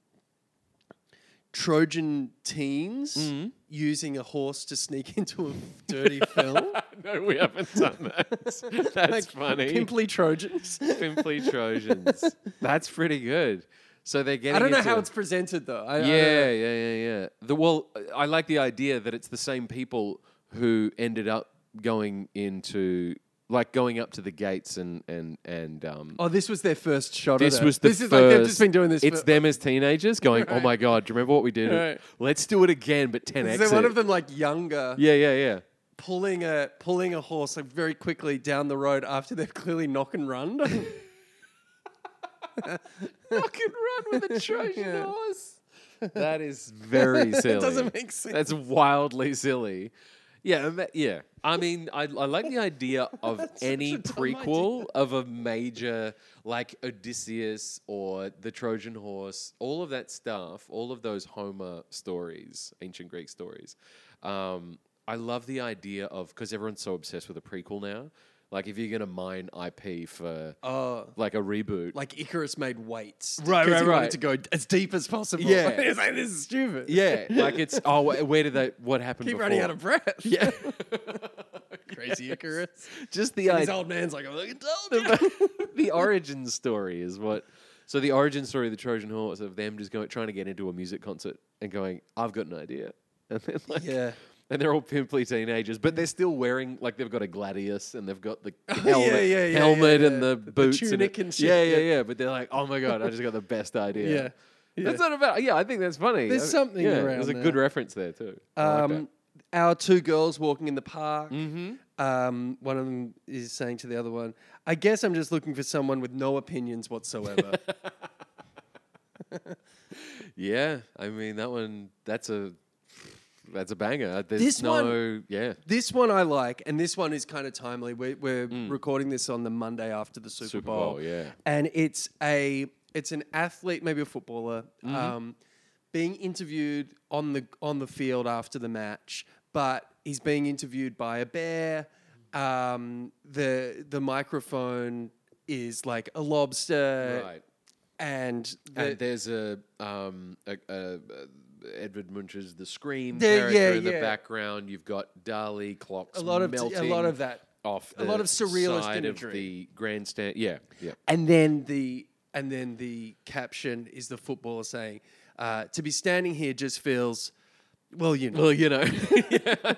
Speaker 1: Trojan teens
Speaker 2: Mm-hmm.
Speaker 1: using a horse to sneak into a dirty film?
Speaker 2: No, we haven't done that. That's funny.
Speaker 1: Pimply Trojans.
Speaker 2: Pimply Trojans. That's pretty good. So they're getting.
Speaker 1: I don't know
Speaker 2: into
Speaker 1: how
Speaker 2: a-
Speaker 1: it's presented though. I, I don't
Speaker 2: Yeah,
Speaker 1: know.
Speaker 2: yeah, yeah, yeah. The well, I like the idea that it's the same people who ended up going into like going up to the gates and and and um.
Speaker 1: Oh, this was their first shot.
Speaker 2: This
Speaker 1: of it.
Speaker 2: was the
Speaker 1: this
Speaker 2: first.
Speaker 1: is like they've just been doing this.
Speaker 2: It's
Speaker 1: for,
Speaker 2: them as teenagers going, "Oh
Speaker 1: Right.
Speaker 2: my god, do you remember what we did?
Speaker 1: Right.
Speaker 2: Let's do it again, but 10x."
Speaker 1: Is there one
Speaker 2: it."
Speaker 1: of them like younger,
Speaker 2: Yeah, yeah, yeah.
Speaker 1: pulling a pulling a horse like very quickly down the road after they've clearly knock and run?
Speaker 2: Fucking run with a Trojan horse. That is very silly.
Speaker 1: it doesn't make sense.
Speaker 2: That's wildly silly. Yeah, ima- yeah. I mean, I, I like the idea of any
Speaker 1: such a dumb idea.
Speaker 2: prequel of a major like Odysseus or the Trojan Horse, all of that stuff, all of those Homer stories, ancient Greek stories. Um, I love the idea of because everyone's so obsessed with a prequel now. Like, if you're gonna mine IP for
Speaker 1: Oh.
Speaker 2: like a reboot,
Speaker 1: like Icarus made weights,
Speaker 2: Right,
Speaker 1: 'cause
Speaker 2: right,
Speaker 1: he
Speaker 2: right.
Speaker 1: Wanted to go as deep as possible.
Speaker 2: Yeah.
Speaker 1: it's like this is stupid.
Speaker 2: yeah, like it's oh, wh- where did that? What happened?
Speaker 1: keep
Speaker 2: before?
Speaker 1: running out of breath.
Speaker 2: yeah.
Speaker 1: crazy Icarus.
Speaker 2: Just the
Speaker 1: His
Speaker 2: idea.
Speaker 1: old man's like, I fucking told you.
Speaker 2: the origin story is what. So the origin story of the Trojan Horse of them just going trying to get into a music concert and going, I've got an idea, and then like,
Speaker 1: Yeah.
Speaker 2: and they're all pimply teenagers, but they're still wearing like they've got a gladius and they've got the
Speaker 1: yeah,
Speaker 2: helmet,
Speaker 1: yeah, yeah,
Speaker 2: helmet
Speaker 1: yeah,
Speaker 2: and
Speaker 1: yeah.
Speaker 2: the
Speaker 1: The
Speaker 2: boots
Speaker 1: tunic and shit,
Speaker 2: Yeah, yeah,
Speaker 1: yeah.
Speaker 2: yeah. But they're like, oh my god, I just got the best idea.
Speaker 1: Yeah, yeah.
Speaker 2: That's not about. Yeah, I think that's funny.
Speaker 1: There's
Speaker 2: I-
Speaker 1: something
Speaker 2: yeah,
Speaker 1: around
Speaker 2: There's a
Speaker 1: there.
Speaker 2: good reference there too. I like that.
Speaker 1: Um, our two girls walking in the park. Um, one of them is saying to the other one, "I guess I'm just looking for someone with no opinions whatsoever."
Speaker 2: Yeah, I mean that one. That's a that's a banger. Uh, There's
Speaker 1: This
Speaker 2: no,
Speaker 1: one-
Speaker 2: yeah,
Speaker 1: this one I like, and this one is kind of timely. We're, we're recording this on the Monday after the Super,
Speaker 2: Mm. Super
Speaker 1: Bowl,
Speaker 2: Bowl, yeah.
Speaker 1: and it's a it's an athlete, maybe a footballer,
Speaker 2: Mm-hmm.
Speaker 1: um, being interviewed on the on the field after the match, but he's being interviewed by a bear. Um, the the microphone is like a lobster,
Speaker 2: right.
Speaker 1: and the,
Speaker 2: and there's a um a, a, a Edward Munch's The Scream
Speaker 1: There-
Speaker 2: character
Speaker 1: yeah,
Speaker 2: in the
Speaker 1: yeah.
Speaker 2: background. You've got Dali clocks,
Speaker 1: a lot of
Speaker 2: melting
Speaker 1: a lot of that,
Speaker 2: off,
Speaker 1: a
Speaker 2: the
Speaker 1: lot of surrealist
Speaker 2: side
Speaker 1: imagery.
Speaker 2: of the grandstand. Yeah, yeah.
Speaker 1: and then the and then the caption is the footballer saying, uh, "To be standing here just feels." Well, you know,
Speaker 2: Well, you know.
Speaker 1: he doesn't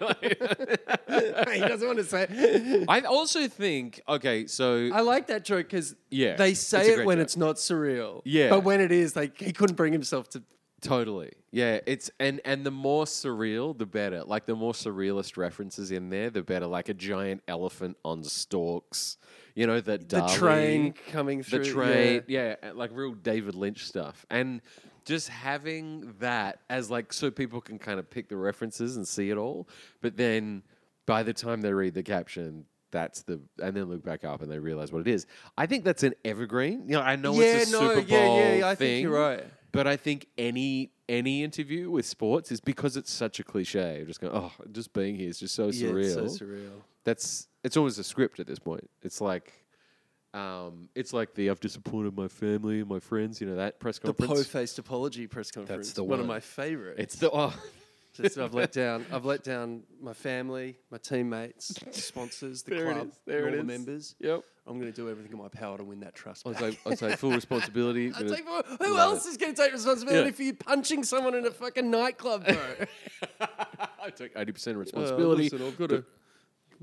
Speaker 1: want to say. it.
Speaker 2: I also think okay, so
Speaker 1: I like that joke because
Speaker 2: Yeah,
Speaker 1: they
Speaker 2: it's
Speaker 1: say
Speaker 2: a
Speaker 1: it
Speaker 2: great
Speaker 1: when
Speaker 2: joke.
Speaker 1: it's not surreal.
Speaker 2: Yeah.
Speaker 1: but when it is, like he couldn't bring himself to.
Speaker 2: Totally. Yeah, it's and and the more surreal the better. Like the more surrealist references in there the better. Like a giant elephant on stalks. You know that
Speaker 1: The
Speaker 2: Dali-
Speaker 1: train coming
Speaker 2: the
Speaker 1: through.
Speaker 2: train, yeah. like real David Lynch stuff. And just having that as like so people can kind of pick the references and see it all, but then by the time they read the caption, that's the and then look back up and they realize what it is. I think that's an evergreen. You know, I know
Speaker 1: yeah,
Speaker 2: it's a
Speaker 1: no,
Speaker 2: Super Bowl
Speaker 1: yeah, yeah, yeah. I
Speaker 2: thing,
Speaker 1: think you're right.
Speaker 2: but I think any any interview with sports is because it's such a cliche. You're just going, oh, just being here is just so
Speaker 1: Yeah,
Speaker 2: surreal.
Speaker 1: it's so surreal.
Speaker 2: That's it's almost a script at this point. It's like. Um, it's like the I've disappointed my family and my friends, you know that press
Speaker 1: The
Speaker 2: conference.
Speaker 1: po-faced apology press conference.
Speaker 2: the
Speaker 1: of
Speaker 2: one.
Speaker 1: my favourites.
Speaker 2: It's the oh,
Speaker 1: Just I've let down. I've let down my family, my teammates, sponsors, the
Speaker 2: There it
Speaker 1: club,
Speaker 2: is, there
Speaker 1: and
Speaker 2: it
Speaker 1: all the
Speaker 2: is.
Speaker 1: members.
Speaker 2: yep.
Speaker 1: I'm going to do everything in my power to win that trust.
Speaker 2: I
Speaker 1: back.
Speaker 2: was like, I was like full responsibility.
Speaker 1: I take- who else is going to take responsibility
Speaker 2: Yeah.
Speaker 1: for you punching someone in a fucking nightclub, bro?
Speaker 2: I took eighty percent responsibility.
Speaker 1: I've got to.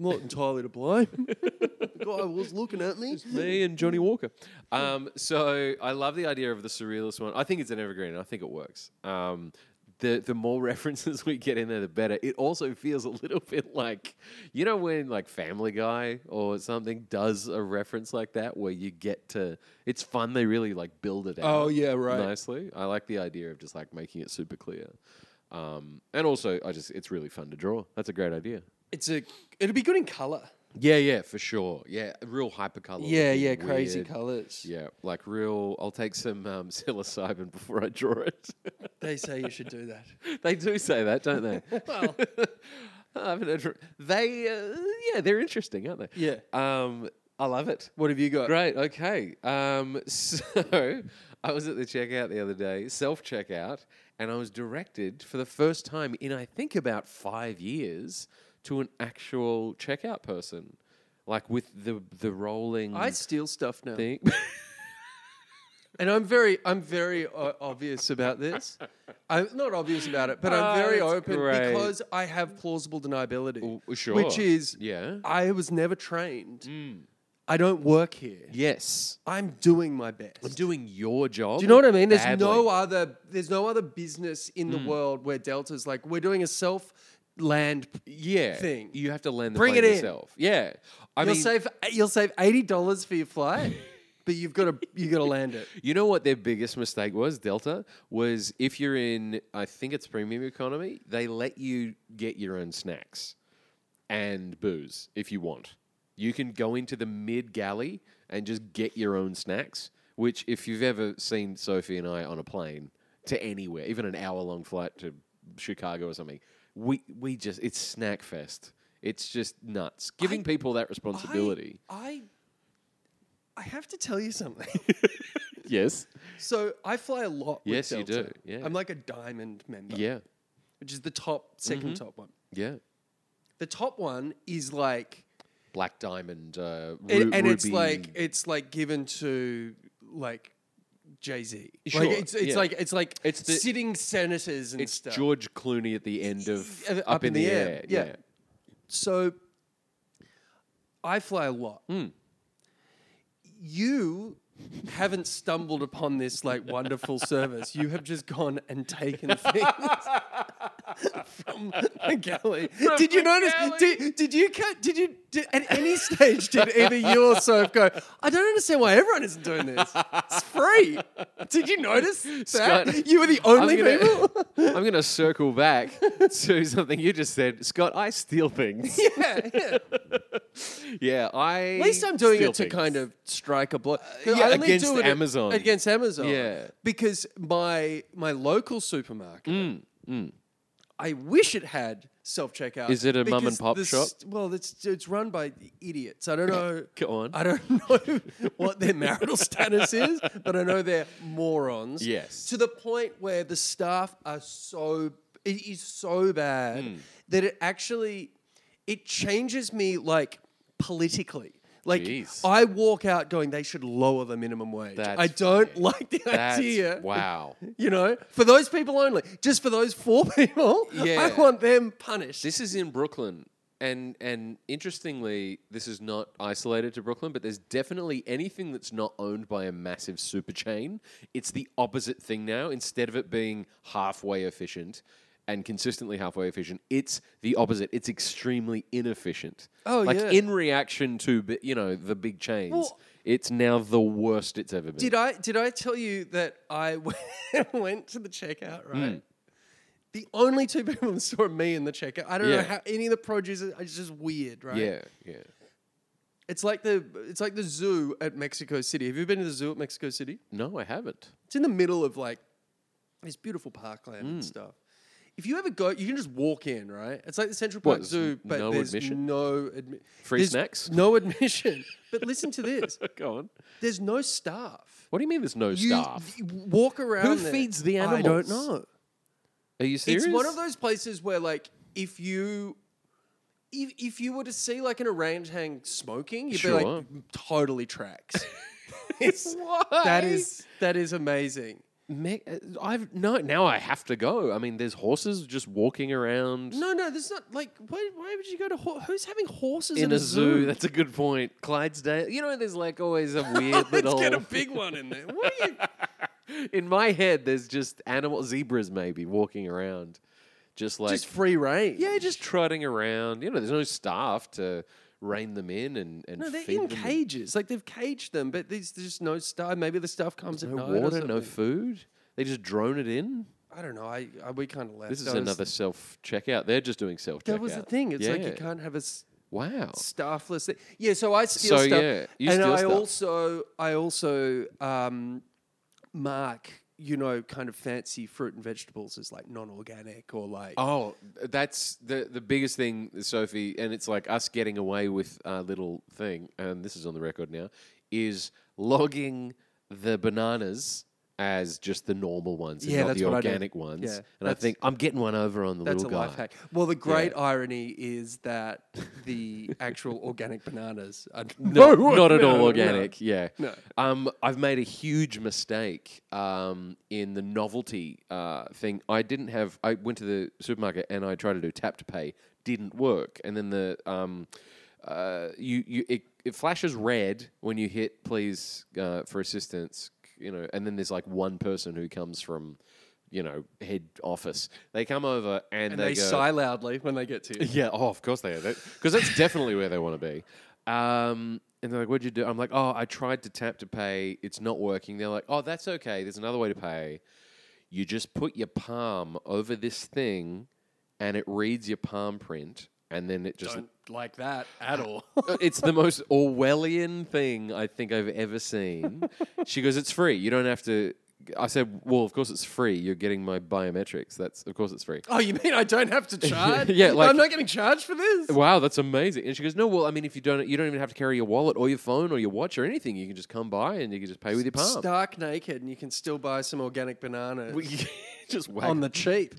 Speaker 1: I'm not entirely to blame. the guy was looking at me.
Speaker 2: me and Johnny Walker. Um, so I love the idea of the surrealist one. I think it's an evergreen. and I think it works. Um, the the more references we get in there, the better. It also feels a little bit like you know when like Family Guy or something does a reference like that where you get to. It's fun. They really like build it out.
Speaker 1: Oh, yeah, right.
Speaker 2: Nicely. I like the idea of just like making it super clear. Um, and also, I just it's really fun to draw. That's a great idea.
Speaker 1: It's a. It'd be good in color.
Speaker 2: Yeah, yeah, for sure. Yeah, real hypercolor.
Speaker 1: Yeah,
Speaker 2: looking,
Speaker 1: yeah, crazy
Speaker 2: weird.
Speaker 1: colors.
Speaker 2: Yeah, like real. I'll take some um, psilocybin before I draw it.
Speaker 1: They say you should do that.
Speaker 2: they do say that, don't they?
Speaker 1: Well.
Speaker 2: I haven't heard. From, they, uh, yeah, they're interesting, aren't they?
Speaker 1: Yeah.
Speaker 2: Um, I love it.
Speaker 1: What have you got?
Speaker 2: Great. Okay. Um, so I was at the checkout the other day, self checkout, and I was directed for the first time in I think about five years to an actual checkout person, like with the the rolling
Speaker 1: I steal stuff now.
Speaker 2: thing.
Speaker 1: And I'm very, I'm very o- obvious about this. I'm not obvious about it, but I'm
Speaker 2: Oh,
Speaker 1: very
Speaker 2: that's
Speaker 1: open
Speaker 2: great.
Speaker 1: because I have plausible deniability,
Speaker 2: W- sure.
Speaker 1: which is
Speaker 2: Yeah.
Speaker 1: I was never trained.
Speaker 2: Mm.
Speaker 1: I don't work here.
Speaker 2: yes.
Speaker 1: I'm doing my best.
Speaker 2: I'm doing your job.
Speaker 1: Do you know what I mean? There's
Speaker 2: badly. Mm.
Speaker 1: no other, there's no other business in the world where Delta's like we're doing a self land.
Speaker 2: yeah
Speaker 1: thing.
Speaker 2: You have to land the
Speaker 1: Bring
Speaker 2: plane
Speaker 1: it in.
Speaker 2: yourself. Yeah, I
Speaker 1: You'll
Speaker 2: mean,
Speaker 1: save, you'll save eighty dollars for your flight, but you've got to, you got to land it.
Speaker 2: you know what their biggest mistake was? Delta was if you're in, I think it's premium economy, they let you get your own snacks and booze if you want. You can go into the mid galley and just get your own snacks. Which, if you've ever seen Sophie and I on a plane to anywhere, even an hour long flight to Chicago or something, we we just it's snack fest. It's just nuts. Giving people that responsibility.
Speaker 1: I, I, I have to tell you something.
Speaker 2: yes.
Speaker 1: So I fly a lot. With
Speaker 2: Yes, you
Speaker 1: Delta.
Speaker 2: do, yeah.
Speaker 1: I'm like a diamond member,
Speaker 2: Yeah. Mm-hmm.
Speaker 1: which is the top 2nd top one.
Speaker 2: Yeah.
Speaker 1: The top one is like,
Speaker 2: black diamond, uh,
Speaker 1: it-
Speaker 2: ru-
Speaker 1: and it's
Speaker 2: ruby-
Speaker 1: like it's like given to like Jay Z.
Speaker 2: Sure,
Speaker 1: Like it's it's
Speaker 2: yeah.
Speaker 1: like it's like
Speaker 2: It's the-
Speaker 1: sitting senators and
Speaker 2: it's
Speaker 1: stuff.
Speaker 2: George Clooney at the end of
Speaker 1: Uh,
Speaker 2: up, in, the, air.
Speaker 1: yeah. so I fly a lot.
Speaker 2: Hmm.
Speaker 1: You haven't stumbled upon this like wonderful service. You have just gone and taken things from the galley. did you
Speaker 2: the
Speaker 1: notice?
Speaker 2: galley.
Speaker 1: Did, did you cut? Did you did, at any stage did either you or Soph go? I don't understand why everyone isn't doing this. It's free. Did you notice that
Speaker 2: Scott,
Speaker 1: you were the only
Speaker 2: I'm gonna-
Speaker 1: people?
Speaker 2: I'm going to circle back to something you just said, Scott. I steal things.
Speaker 1: yeah, yeah.
Speaker 2: yeah, I.
Speaker 1: At least I'm doing
Speaker 2: steal
Speaker 1: it to
Speaker 2: things.
Speaker 1: kind of strike a blow.
Speaker 2: Uh, yeah, against Amazon.
Speaker 1: Against Amazon.
Speaker 2: Yeah.
Speaker 1: Because my my local supermarket,
Speaker 2: Mm,
Speaker 1: I wish it had self checkout.
Speaker 2: Is it a mum and pop shop?
Speaker 1: Well, it's it's run by idiots. I don't know.
Speaker 2: Go on.
Speaker 1: I don't know what their marital status is, but I know they're morons.
Speaker 2: Yes.
Speaker 1: To the point where the staff are so it is so bad
Speaker 2: Hmm.
Speaker 1: that it actually it changes me like politically. Like
Speaker 2: Jeez.
Speaker 1: I walk out going, they should lower the minimum wage.
Speaker 2: That's
Speaker 1: I don't
Speaker 2: funny.
Speaker 1: like the
Speaker 2: That's,
Speaker 1: idea.
Speaker 2: Wow.
Speaker 1: You know, for those people only, just for those four people, I
Speaker 2: Yeah.
Speaker 1: want them punished.
Speaker 2: This is in Brooklyn. And and interestingly, this is not isolated to Brooklyn, but there's definitely anything that's not owned by a massive super chain. It's the opposite thing now. Instead of it being halfway efficient and consistently halfway efficient, it's the opposite. It's extremely inefficient.
Speaker 1: Oh,
Speaker 2: like
Speaker 1: yeah.
Speaker 2: in reaction to bi- you know the big chains,
Speaker 1: Well-
Speaker 2: it's now the worst it's ever been.
Speaker 1: Did I did I tell you that I went to the checkout
Speaker 2: Hmm.
Speaker 1: right? The only two people that saw me in the checkout. I don't know
Speaker 2: Yeah.
Speaker 1: how any of the produce. is- It's just weird, right?
Speaker 2: yeah, yeah.
Speaker 1: It's like the it's like the zoo at Mexico City. Have you been to the zoo at Mexico City?
Speaker 2: No, I haven't.
Speaker 1: It's in the middle of like this beautiful parkland
Speaker 2: Hmm.
Speaker 1: and stuff. If you ever go, you can just walk in, right? It's like the Central
Speaker 2: What,
Speaker 1: Park
Speaker 2: there's
Speaker 1: Zoo, but
Speaker 2: no
Speaker 1: there's
Speaker 2: admission?
Speaker 1: no admi-
Speaker 2: Free
Speaker 1: there's
Speaker 2: snacks?
Speaker 1: no admission. but listen to this:
Speaker 2: Go on.
Speaker 1: there's no staff.
Speaker 2: What do you mean there's no
Speaker 1: You
Speaker 2: staff?
Speaker 1: d- walk around. there.
Speaker 2: feeds the
Speaker 1: I don't
Speaker 2: animals?
Speaker 1: know.
Speaker 2: Are you serious?
Speaker 1: It's one of those places where, like, if you if, if you were to see like an orangutan smoking, you'd be
Speaker 2: Sure.
Speaker 1: like, totally tracks. It's-
Speaker 2: Why?
Speaker 1: that is that is amazing.
Speaker 2: Me- uh, I've no. Now I have to go. I mean, there's horses just walking around
Speaker 1: No, no, there's not like why, why would you go to ho- who's having horses in,
Speaker 2: in a zoo. That's a good point. Clydesdale. You know, there's like always a weird
Speaker 1: Oh, Let's
Speaker 2: little.
Speaker 1: get a big one in there. What are you?
Speaker 2: in my head, there's just animal zebras maybe walking around, just like
Speaker 1: Just free range.
Speaker 2: yeah, just trotting around. You know, there's no staff to rein them in and and
Speaker 1: No, they're
Speaker 2: feed
Speaker 1: in
Speaker 2: them.
Speaker 1: cages. Like they've caged them, but there's, there's just no stuff. Maybe the stuff comes
Speaker 2: No
Speaker 1: at night. or
Speaker 2: water, no
Speaker 1: something.
Speaker 2: food. They just drone it in.
Speaker 1: I don't know. I, I we kind of left.
Speaker 2: This is
Speaker 1: That was-
Speaker 2: another self checkout. They're just doing self checkout.
Speaker 1: That was the thing. It's like
Speaker 2: Yeah.
Speaker 1: you can't have a s-
Speaker 2: Wow.
Speaker 1: staffless thing. Yeah, so I steal
Speaker 2: So,
Speaker 1: stuff.
Speaker 2: yeah, you
Speaker 1: and
Speaker 2: steal
Speaker 1: I
Speaker 2: stuff.
Speaker 1: also I also um, mark, you know, kind of fancy fruit and vegetables as like non organic or like
Speaker 2: Oh, that's the the biggest thing, Sophie, and it's like us getting away with our little thing, and this is on the record now, is logging the bananas as just the normal ones, and
Speaker 1: Yeah,
Speaker 2: not
Speaker 1: that's
Speaker 2: the
Speaker 1: what I do.
Speaker 2: organic ones.
Speaker 1: Yeah,
Speaker 2: and I
Speaker 1: that's-
Speaker 2: think I'm getting one over on the
Speaker 1: that's a
Speaker 2: little guy.
Speaker 1: life hack. Well the great irony is that the actual organic bananas are
Speaker 2: No,
Speaker 1: no,
Speaker 2: not at
Speaker 1: no,
Speaker 2: all
Speaker 1: no.
Speaker 2: organic. Yeah.
Speaker 1: No.
Speaker 2: Um, I've made a huge mistake um, in the novelty uh, thing. I didn't have. I went to the supermarket and I tried to do tap to pay. Didn't work. And then the um, uh, you you it, it flashes red when you hit please uh, for assistance. You know, and then there's like one person who comes from. You know, head office. They come over and,
Speaker 1: And they,
Speaker 2: go,
Speaker 1: sigh loudly when they get to you.
Speaker 2: yeah, oh, of course they are. Because that's definitely where they want to be. Um, and they're like, what'd you do? I'm like, oh, I tried to tap to pay. It's not working. They're like, oh, that's okay. There's another way to pay. You just put your palm over this thing and it reads your palm print. And then it just.
Speaker 1: Don't like that at all.
Speaker 2: It's the most Orwellian thing I think I've ever seen. she goes, it's free. You don't have to. I said, well, of course it's free. You're getting my biometrics. That's, of course it's free.
Speaker 1: oh, you mean I don't have to charge?
Speaker 2: Yeah, like-
Speaker 1: I'm not getting charged for this.
Speaker 2: Wow, that's amazing. And she goes, "No, well, I mean, if you don't, you don't even have to carry your wallet or your phone or your watch or anything. You can just come by and you can just pay with your palm.
Speaker 1: Stark naked, and you can still buy some organic bananas
Speaker 2: just whack.
Speaker 1: on the cheap.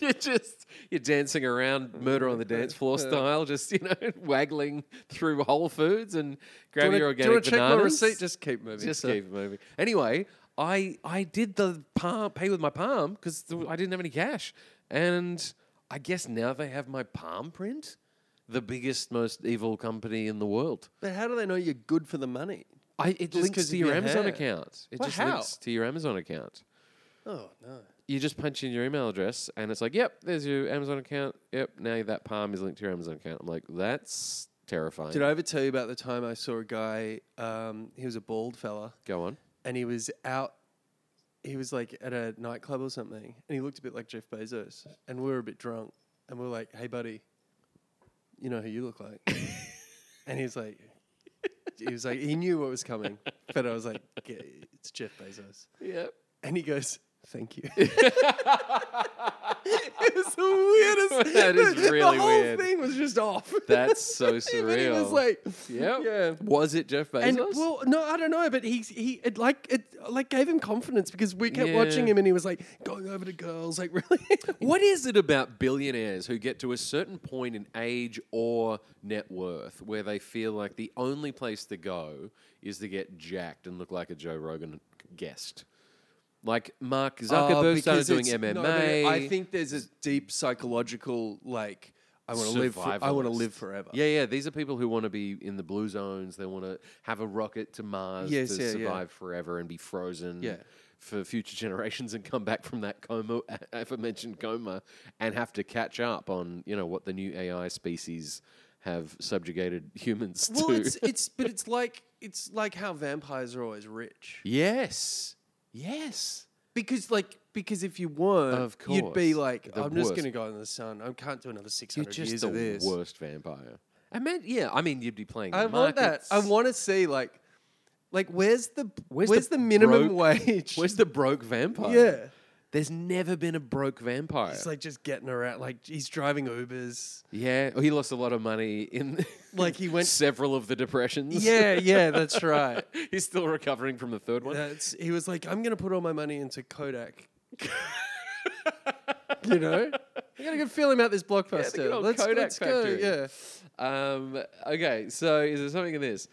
Speaker 2: you're just you're dancing around, murder on the dance floor style, just you know, waggling through Whole Foods and grabbing
Speaker 1: wanna-
Speaker 2: your
Speaker 1: do you wanna
Speaker 2: organic
Speaker 1: check my
Speaker 2: bananas.
Speaker 1: receipt? Just keep moving,
Speaker 2: Just
Speaker 1: sir.
Speaker 2: keep moving. Anyway, I I did the palm, pay with my palm because I didn't have any cash, and I guess now they have my palm print. The biggest, most evil company in the world.
Speaker 1: But how do they know you're good for the money?
Speaker 2: I, it links
Speaker 1: 'cause
Speaker 2: to
Speaker 1: of
Speaker 2: your
Speaker 1: your
Speaker 2: Amazon
Speaker 1: hair.
Speaker 2: account. It
Speaker 1: Well,
Speaker 2: just
Speaker 1: how?
Speaker 2: links to your Amazon account.
Speaker 1: Oh no.
Speaker 2: You just punch in your email address, and it's like, "Yep, there's your Amazon account. Yep, now that palm is linked to your Amazon account." I'm like, "That's terrifying."
Speaker 1: Did I ever tell you about the time I saw a guy? Um, he was a bald fella,
Speaker 2: Go on.
Speaker 1: and he was out. He was like at a nightclub or something, and he looked a bit like Jeff Bezos. And we were a bit drunk, and we were like, "Hey, buddy, you know who you look like." and he was like, he was like, he knew what was coming, but I was like, yeah, "It's Jeff Bezos."
Speaker 2: Yep.
Speaker 1: And he goes, Thank you. it was the weirdest.
Speaker 2: That is
Speaker 1: the- the
Speaker 2: really
Speaker 1: whole
Speaker 2: weird.
Speaker 1: thing was just off.
Speaker 2: That's so
Speaker 1: And then he was
Speaker 2: surreal.
Speaker 1: like,
Speaker 2: Yep.
Speaker 1: Yeah.
Speaker 2: Was it Jeff Bezos?
Speaker 1: And well, no, I don't know, but he he it like it like gave him confidence because we kept
Speaker 2: Yeah.
Speaker 1: watching him and he was like going over to girls, like really.
Speaker 2: What is it about billionaires who get to a certain point in age or net worth where they feel like the only place to go is to get jacked and look like a Joe Rogan guest? Like
Speaker 1: Uh,
Speaker 2: Mark Zuckerberg started doing MMA.
Speaker 1: I think there's a deep psychological like I want to live. For, I want to
Speaker 2: Survivalist.
Speaker 1: live forever.
Speaker 2: Yeah, yeah. These are people who want to be in the blue zones. They want to have a rocket to Mars
Speaker 1: Yes,
Speaker 2: to
Speaker 1: yeah, yeah.
Speaker 2: survive forever and be frozen
Speaker 1: Yeah.
Speaker 2: for future generations and come back from that coma, aforementioned coma, and have to catch up on you know what the new AI species have subjugated humans
Speaker 1: Well,
Speaker 2: to.
Speaker 1: it's it's but it's like it's like how vampires are always rich.
Speaker 2: yes, yes.
Speaker 1: Because like because if you weren't,
Speaker 2: Of
Speaker 1: you'd be
Speaker 2: course.
Speaker 1: like,
Speaker 2: The
Speaker 1: I'm just
Speaker 2: worst.
Speaker 1: going to go in the sun. I can't do another six
Speaker 2: You're
Speaker 1: hundred
Speaker 2: just
Speaker 1: years
Speaker 2: the
Speaker 1: of this.
Speaker 2: worst vampire. Imagine, yeah, I mean, you'd be playing.
Speaker 1: I
Speaker 2: the
Speaker 1: want that.
Speaker 2: markets.
Speaker 1: I want to see like, like where's the where's,
Speaker 2: Where's
Speaker 1: the,
Speaker 2: the
Speaker 1: minimum
Speaker 2: broke-
Speaker 1: wage?
Speaker 2: Where's the broke vampire?
Speaker 1: yeah,
Speaker 2: There's never been a broke vampire.
Speaker 1: it's like just getting around. Like he's driving Ubers.
Speaker 2: yeah, oh, he lost a lot of money in
Speaker 1: Like he went.
Speaker 2: several of the depressions.
Speaker 1: yeah, yeah, that's right.
Speaker 2: He's still recovering from the third one.
Speaker 1: That's he was like, I'm gonna put all my money into Kodak. you know, I'm gonna go feel him out this blockbuster.
Speaker 2: good old
Speaker 1: let's
Speaker 2: Kodak
Speaker 1: let's go.
Speaker 2: factory.
Speaker 1: Yeah.
Speaker 2: Um, okay, so is there something in this?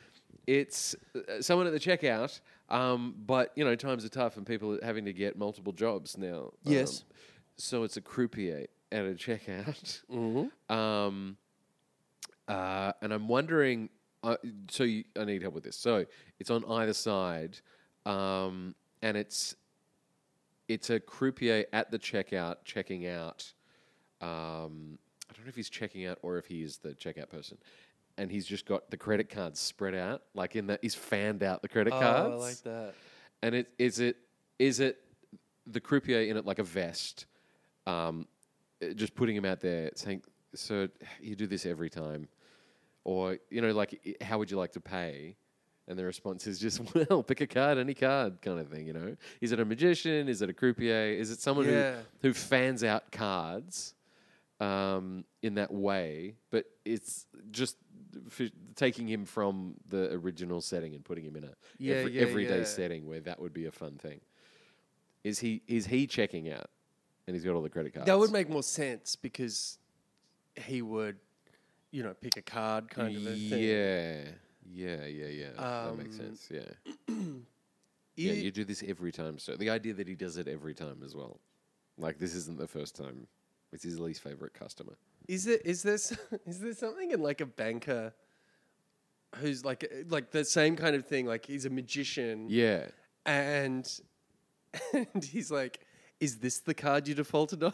Speaker 2: It's uh, someone at the checkout, um, but you know times are tough and people are having to get multiple jobs now.
Speaker 1: Yes.
Speaker 2: Um, so it's a croupier at a checkout.
Speaker 1: Mm-hmm.
Speaker 2: Um, uh, and I'm wondering. Uh, so you, I need help with this. So it's on either side, um, and it's it's a croupier at the checkout checking out. Um, I don't know if he's checking out or if he is the checkout person, and he's just got the credit cards spread out, like in the he's fanned out the
Speaker 1: Oh,
Speaker 2: credit cards.
Speaker 1: that.
Speaker 2: And it is it is it the croupier in it like a vest, um, uh, just putting him out there saying, "So you do this every time," or you know, like "I- how would you like to pay? And the response is just, "Well, pick a card, any card," kind of thing. You know, is it a magician? Is it a croupier? Is it someone
Speaker 1: Yeah.
Speaker 2: who who fans out cards? Um, in that way, but it's just f- taking him from the original setting and putting him in a
Speaker 1: Yeah,
Speaker 2: every-
Speaker 1: yeah,
Speaker 2: everyday
Speaker 1: yeah.
Speaker 2: setting where that would be a fun thing. Is he is he checking out? And he's got all the credit cards.
Speaker 1: That would make more sense because he would, you know, pick a card kind of a thing.
Speaker 2: yeah, yeah, yeah, yeah. that makes
Speaker 1: Um,
Speaker 2: sense. Yeah,
Speaker 1: You-
Speaker 2: yeah. You do this every time. So the idea that he does it every time as well, like this isn't the first time. It's his least favorite customer.
Speaker 1: Is it is this is there something in like a banker who's like uh, like the same kind of thing? Like he's a magician
Speaker 2: Yeah,
Speaker 1: and and he's like, is this the card you defaulted on?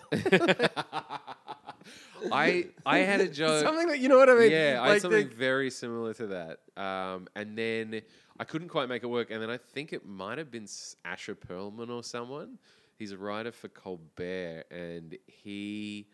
Speaker 2: I I had a joke.
Speaker 1: something that you know what I mean?
Speaker 2: yeah, I
Speaker 1: like
Speaker 2: had something
Speaker 1: the,
Speaker 2: very similar to that. Um, and then I couldn't quite make it work. And then I think it might have been S- Asher Perlman or someone. He's a writer for Colbert, and he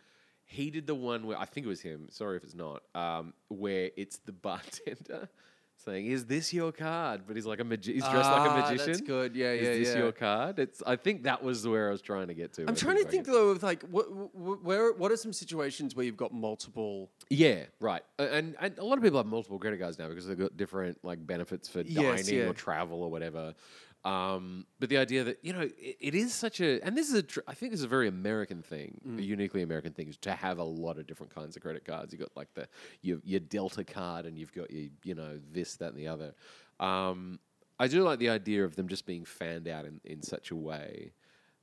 Speaker 2: he did the one where I think it was him. Sorry if it's not. Um, where it's the bartender saying, "Is this your card?" But he's like a magi- he's dressed like a
Speaker 1: Ah,
Speaker 2: magician.
Speaker 1: That's good. Yeah, yeah,
Speaker 2: Is this
Speaker 1: yeah.
Speaker 2: your card? It's. I think that was where I was trying to get to. I
Speaker 1: I'm trying to
Speaker 2: couldn't
Speaker 1: think
Speaker 2: quite
Speaker 1: though of like what wh- where what are some situations where you've got multiple
Speaker 2: Yeah, right. A- And, and a lot of people have multiple credit cards now because they've got different like benefits for dining
Speaker 1: Yes, yeah.
Speaker 2: or travel or whatever. Um, but the idea that you know it, it is such a and this is a tr- I think this is a very American thing,
Speaker 1: Mm.
Speaker 2: a uniquely American thing, is to have a lot of different kinds of credit cards. You have got like the your, your Delta card and you've got your you know this that and the other. Um, I do like the idea of them just being fanned out in, in such a way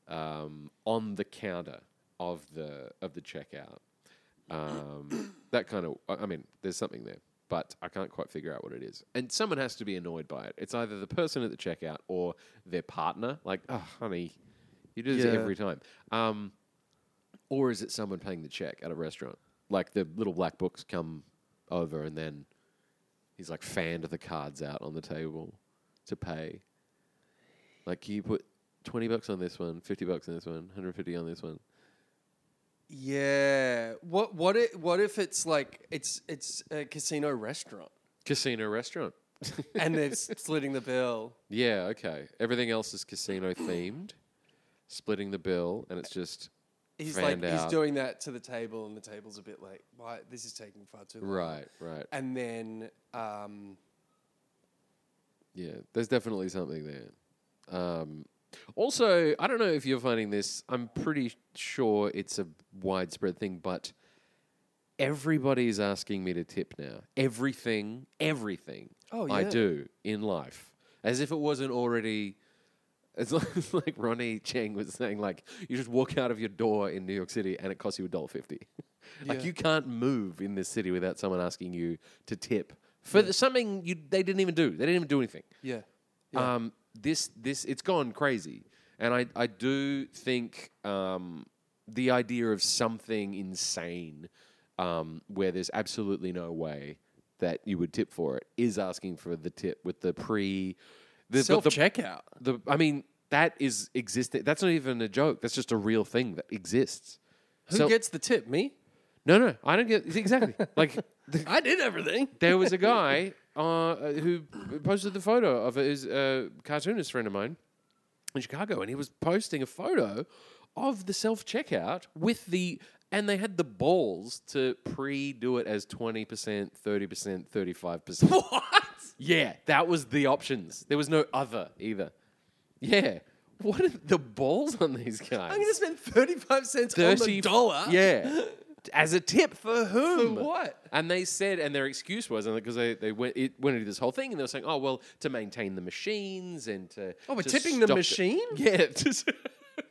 Speaker 2: um, on the counter of the of the checkout. Um, that kind of, I I mean, there's something there, but I can't quite figure out what it is. And someone has to be annoyed by it. It's either the person at the checkout or their partner. Like, oh, honey, you do this
Speaker 1: Yeah.
Speaker 2: every time. Um, or is it someone paying the check at a restaurant? Like the little black books come over and then he's like fanned the cards out on the table to pay. Like, can you put 20 bucks on this one, 50 bucks on this one, 150 on this one?
Speaker 1: Yeah. What what if, what if it's like it's it's a casino restaurant
Speaker 2: Casino restaurant.
Speaker 1: and they're splitting the bill?
Speaker 2: Yeah, okay. Everything else is casino themed, splitting the bill, and it's just
Speaker 1: He's
Speaker 2: Fanned
Speaker 1: like
Speaker 2: out.
Speaker 1: he's doing that to the table and the table's a bit like, why this is taking far too long.
Speaker 2: right, right.
Speaker 1: And then um
Speaker 2: Yeah, there's definitely something there. Um, also, I don't know if you're finding this. I'm pretty sure it's a widespread thing, but everybody is asking me to tip now. Everything, everything
Speaker 1: Oh,
Speaker 2: I
Speaker 1: yeah.
Speaker 2: do in life, as if it wasn't already. It's like, it's like Ronnie Cheng was saying, like you just walk out of your door in New York City and it costs you a dollar fifty.
Speaker 1: Yeah.
Speaker 2: Like you can't move in this city without someone asking you to tip for the- something you they didn't even do. They didn't even do anything.
Speaker 1: yeah.
Speaker 2: Um, this this it's gone crazy, and I I do think um, the idea of something insane um, where there's absolutely no way that you would tip for it is asking for the tip with the pre the, but
Speaker 1: Self
Speaker 2: the-
Speaker 1: checkout.
Speaker 2: the I mean that is existing. That's not even a joke. That's just a real thing that exists.
Speaker 1: Who
Speaker 2: So-
Speaker 1: gets the tip? Me?
Speaker 2: No, no, I don't get exactly. Like
Speaker 3: I did everything.
Speaker 2: there was a guy uh, who posted the photo of his uh, cartoonist friend of mine in Chicago, and he was posting a photo of the self checkout with the and they had the balls to pre do it as twenty percent, thirty percent, thirty five percent.
Speaker 3: What?
Speaker 2: Yeah, that was the options. There was no other either. Yeah, what are the balls on these guys?
Speaker 1: I'm going to spend 35 cents on the
Speaker 3: dollar?
Speaker 2: Yeah. As a tip for whom?
Speaker 3: what?
Speaker 2: And they said, and their excuse was, and because they, they went it went into this whole thing, and they were saying, oh well, to maintain the machines and to
Speaker 1: Oh, we're
Speaker 2: to
Speaker 1: tipping the
Speaker 2: stop
Speaker 1: machine?
Speaker 2: yeah, just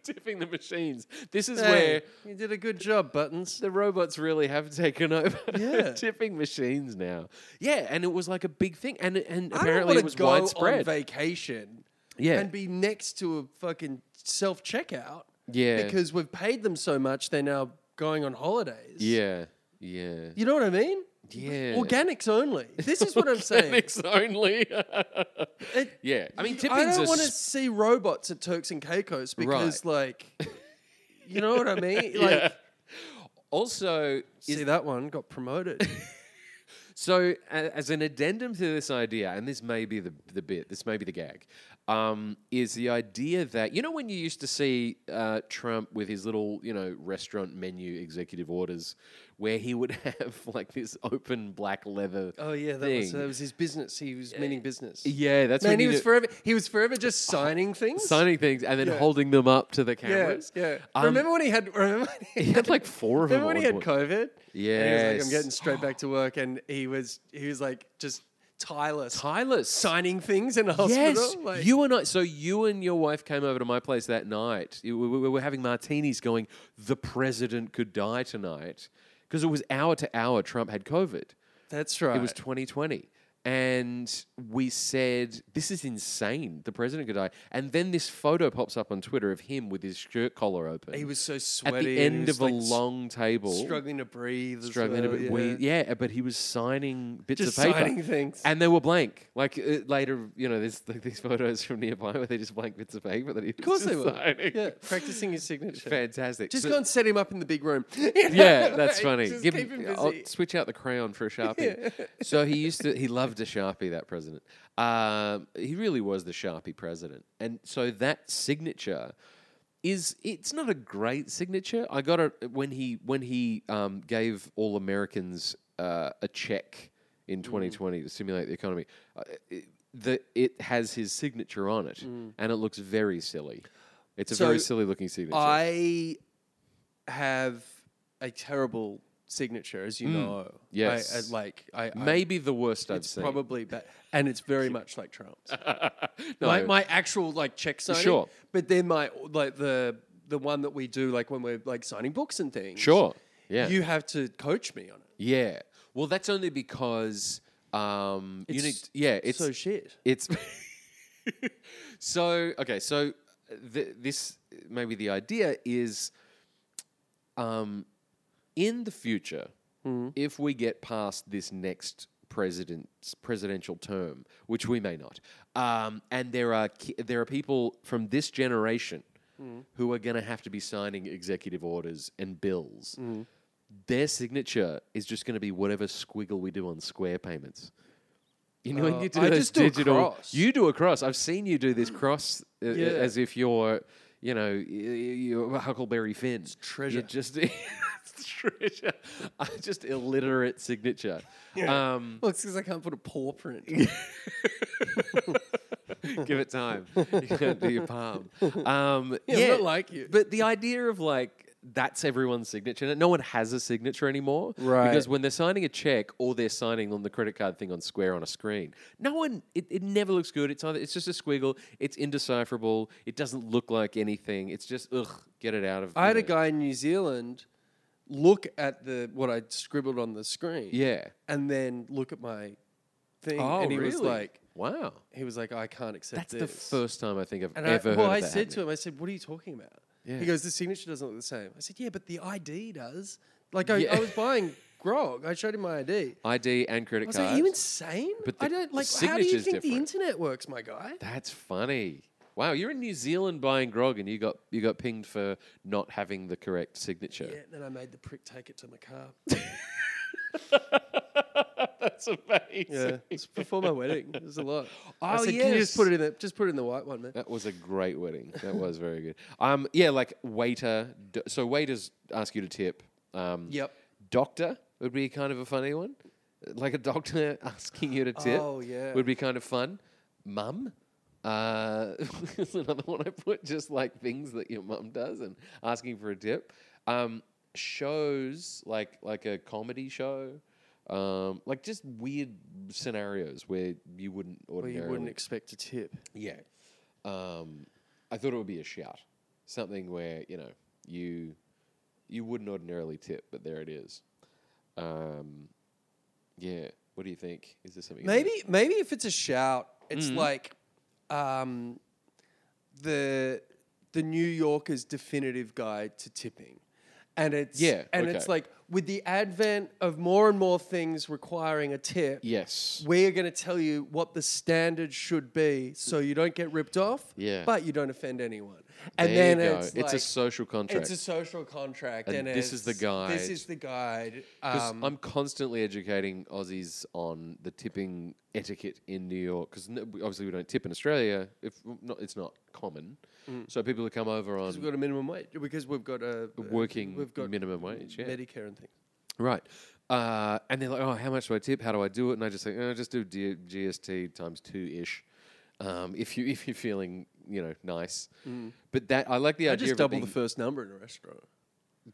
Speaker 2: tipping the machines. This is where
Speaker 1: Hey, you did a good job, Buttons.
Speaker 2: the robots really have taken over
Speaker 1: Yeah.
Speaker 2: tipping machines now. Yeah, and it was like a big thing, and and
Speaker 1: I don't
Speaker 2: apparently
Speaker 1: wanna
Speaker 2: it was
Speaker 1: go on
Speaker 2: widespread.
Speaker 1: vacation
Speaker 2: Yeah.
Speaker 1: and be next to a fucking self checkout.
Speaker 2: Yeah.
Speaker 1: Because we've paid them so much, they're now going on holidays.
Speaker 2: yeah, yeah,
Speaker 1: You know what I mean?
Speaker 2: yeah.
Speaker 1: Organics only. This is what I'm saying.
Speaker 2: Organics only.
Speaker 1: It-
Speaker 2: yeah, I mean,
Speaker 1: I
Speaker 2: tipping's
Speaker 1: don't
Speaker 2: a
Speaker 1: want to
Speaker 2: s-
Speaker 1: see robots at Turks and Caicos because, like, you know what I mean? Like,
Speaker 2: yeah. Also, is
Speaker 1: see that one got promoted.
Speaker 2: So, a- as an addendum to this idea, and this may be the, the bit, this may be the gag, um, is the idea that, you know, when you used to see uh, Trump with his little, you know, restaurant menu executive orders, where he would have like this open black leather.
Speaker 1: Oh yeah, that was,
Speaker 2: thing.
Speaker 1: that was his business. He was meaning business.
Speaker 2: Yeah, that's
Speaker 1: Man,
Speaker 2: when
Speaker 1: he
Speaker 2: you
Speaker 1: was
Speaker 2: do- Oh,
Speaker 1: forever. He was forever just signing things.
Speaker 2: signing things and then
Speaker 1: Yeah.
Speaker 2: holding them up to the
Speaker 1: yeah,
Speaker 2: cameras.
Speaker 1: yeah.
Speaker 2: Um,
Speaker 1: remember when he had? Remember when he,
Speaker 2: He had like four of them.
Speaker 1: remember when
Speaker 2: at
Speaker 1: he had
Speaker 2: one
Speaker 1: COVID? And he was like,
Speaker 2: Yes.
Speaker 1: I'm getting straight back to work, and he was he was like just tireless,
Speaker 2: point. Tylus.
Speaker 1: signing things in the hospital.
Speaker 2: Yes,
Speaker 1: like,
Speaker 2: you and I. So you and your wife came over to my place that night. We, we- we were having martinis, going, "The president could die tonight," because it was hour to hour. Trump had COVID.
Speaker 1: That's right.
Speaker 2: It was 2020, and we said, "This is insane. The president could die." And then this photo pops up on Twitter of him with his shirt collar open.
Speaker 1: he was so
Speaker 2: at
Speaker 1: sweaty.
Speaker 2: the
Speaker 1: and he
Speaker 2: end
Speaker 1: was,
Speaker 2: of a
Speaker 1: like, s-
Speaker 2: long table,
Speaker 1: struggling to breathe. as
Speaker 2: struggling
Speaker 1: well,
Speaker 2: a bit. We, yeah, but he was signing bits
Speaker 1: Just
Speaker 2: of paper,
Speaker 1: signing things.
Speaker 2: and they were blank. Like uh, later, you know, there's like, these photos from nearby where they just blank bits of paper that he
Speaker 1: Of course
Speaker 2: was
Speaker 1: they
Speaker 2: just
Speaker 1: were.
Speaker 2: signing.
Speaker 1: Yeah, practicing his signature.
Speaker 2: fantastic.
Speaker 1: Just
Speaker 2: So-
Speaker 1: go and set him up in the big room.
Speaker 2: yeah, that's funny.
Speaker 1: Just
Speaker 2: Give
Speaker 1: keep
Speaker 2: him-
Speaker 1: him
Speaker 2: I'll
Speaker 1: busy.
Speaker 2: switch out the crayon for a sharpie. So he used to. He loved a sharpie. That president. Um, he really was the sharpie president. And so that signature is. It's not a great signature. I got it when he when he um, gave all Americans uh, a check
Speaker 1: Mm.
Speaker 2: in 2020 to stimulate the economy. Uh, it, the, it has his signature on it, and it looks very silly. It's a very
Speaker 1: Mm. So
Speaker 2: silly looking signature.
Speaker 1: I have a terrible signature, as you know.
Speaker 2: yes.
Speaker 1: I, I- like I, I-
Speaker 2: Maybe the worst I've
Speaker 1: it's
Speaker 2: seen.
Speaker 1: probably bad, and it's very much like Trump's.
Speaker 2: No.
Speaker 1: my, my actual like check signing,
Speaker 2: Sure.
Speaker 1: But then my like the the one that we do like when we're like signing books and things.
Speaker 2: Sure. Yeah.
Speaker 1: you have to coach me on it.
Speaker 2: yeah. Well, that's only because um, you need.
Speaker 1: It's
Speaker 2: Yeah. It's
Speaker 1: so shit.
Speaker 2: It's so okay. So uh, th- this maybe the idea is, um, in the future,
Speaker 1: Hmm.
Speaker 2: if we get past this next president's presidential term, which we may not, um, and there are ki- there are people from this generation
Speaker 1: Hmm.
Speaker 2: who are going to have to be signing executive orders and bills.
Speaker 1: Hmm.
Speaker 2: Their signature is just going to be whatever squiggle we do on square payments. You know, when
Speaker 1: Uh,
Speaker 2: you do
Speaker 1: I
Speaker 2: those
Speaker 1: just do a
Speaker 2: digital,
Speaker 1: cross. Mm.
Speaker 2: you do a cross. I've seen you do this cross uh, uh,
Speaker 1: Yeah.
Speaker 2: as if you're, you know, y- y- you're Huckleberry Finn. It's
Speaker 1: treasure.
Speaker 2: You're just it's treasure. I just illiterate signature. Um,
Speaker 1: Well, it's because I can't put a paw print. Yeah.
Speaker 2: give it time. You can't do your palm. Um,
Speaker 1: Yeah,
Speaker 2: yeah,
Speaker 1: I'm not like you.
Speaker 2: But the idea of like that's everyone's signature. No one has a signature anymore,
Speaker 1: Right.
Speaker 2: Because when they're signing a check or they're signing on the credit card thing on Square on a screen, no one. It, it never looks good. It's either it's just a squiggle. It's indecipherable. It doesn't look like anything. It's just ugh. Get it out of.
Speaker 1: I had a
Speaker 2: you know.
Speaker 1: guy in New Zealand look at the what I scribbled on the screen.
Speaker 2: Yeah. Oh,
Speaker 1: and then look at my thing, and he was like,
Speaker 2: "Wow,
Speaker 1: he was like, I can't accept
Speaker 2: that's the
Speaker 1: this.
Speaker 2: first time I think I've
Speaker 1: and
Speaker 2: ever
Speaker 1: I,
Speaker 2: heard
Speaker 1: well,
Speaker 2: of
Speaker 1: I
Speaker 2: that
Speaker 1: said to
Speaker 2: happening.
Speaker 1: him, I said, what are you talking about?
Speaker 2: Yeah.
Speaker 1: He goes, the signature doesn't look the same. I said, yeah, but the ID does. Like I,
Speaker 2: Yeah.
Speaker 1: I was buying grog, I showed him my ID.
Speaker 2: ID and credit
Speaker 1: I was
Speaker 2: cards.
Speaker 1: like, are you insane?
Speaker 2: But
Speaker 1: I
Speaker 2: the
Speaker 1: don't like. How do you
Speaker 2: signature's
Speaker 1: think the
Speaker 2: different.
Speaker 1: internet works, my guy?
Speaker 2: That's funny. Wow, you're in New Zealand buying grog, and you got you got pinged for not having the correct signature.
Speaker 1: Yeah, and then I made the prick take it to my car.
Speaker 2: That's amazing.
Speaker 1: Yeah, it's before my wedding. It was a lot. I
Speaker 2: Oh,
Speaker 1: said, can you just
Speaker 2: yes.
Speaker 1: put it in the just put it in the white one, man?
Speaker 2: That was a great wedding. That was very good. Um, yeah, like waiter. d- So waiters ask you to tip. Um,
Speaker 1: Yep.
Speaker 2: Doctor would be kind of a funny one. Like a doctor asking you to tip.
Speaker 1: Oh, yeah.
Speaker 2: Would be kind of fun. Mum. Uh, is another one I put just like things that your mum does and asking for a tip. Um, shows like like a comedy show, um, like just weird scenarios where you wouldn't
Speaker 1: Well,
Speaker 2: ordinarily
Speaker 1: you wouldn't expect a tip.
Speaker 2: yeah. Um, I thought it would be a shout. Something where, you know, you you wouldn't ordinarily tip, but there it is. Um, yeah. What do you think? Is there something in
Speaker 1: Maybe maybe if it's a shout, it's
Speaker 2: Mm-hmm.
Speaker 1: like um, the the New Yorker's definitive guide to tipping. And it's
Speaker 2: Yeah,
Speaker 1: and
Speaker 2: okay.
Speaker 1: it's like with the advent of more and more things requiring a tip,
Speaker 2: there? Yes.
Speaker 1: we're going to tell you what the standard should be so you don't get ripped off,
Speaker 2: Yeah.
Speaker 1: but you don't offend anyone. And
Speaker 2: There
Speaker 1: then
Speaker 2: you go.
Speaker 1: it's
Speaker 2: It's a
Speaker 1: like-
Speaker 2: social contract.
Speaker 1: It's um, a social contract,
Speaker 2: And
Speaker 1: and,
Speaker 2: this is the
Speaker 1: it's- This
Speaker 2: guide.
Speaker 1: is the guide.
Speaker 2: 'Cause
Speaker 1: Um,
Speaker 2: I'm constantly educating Aussies on the tipping etiquette in New York because obviously we don't tip in Australia. If not, it's not common. So people who come over on
Speaker 1: Mm. we've got a minimum wage because we've got a
Speaker 2: working
Speaker 1: We've got
Speaker 2: minimum wage, yeah.
Speaker 1: Medicare and things.
Speaker 2: Right. Uh, and they're like, oh, how much do I tip? How do I do it? And I just say, oh, just do D- GST times two ish. Um, if you if you're feeling you know nice, but that I like the
Speaker 1: Mm. I
Speaker 2: idea
Speaker 1: just
Speaker 2: of it
Speaker 1: double the
Speaker 2: being-
Speaker 1: first number in a restaurant.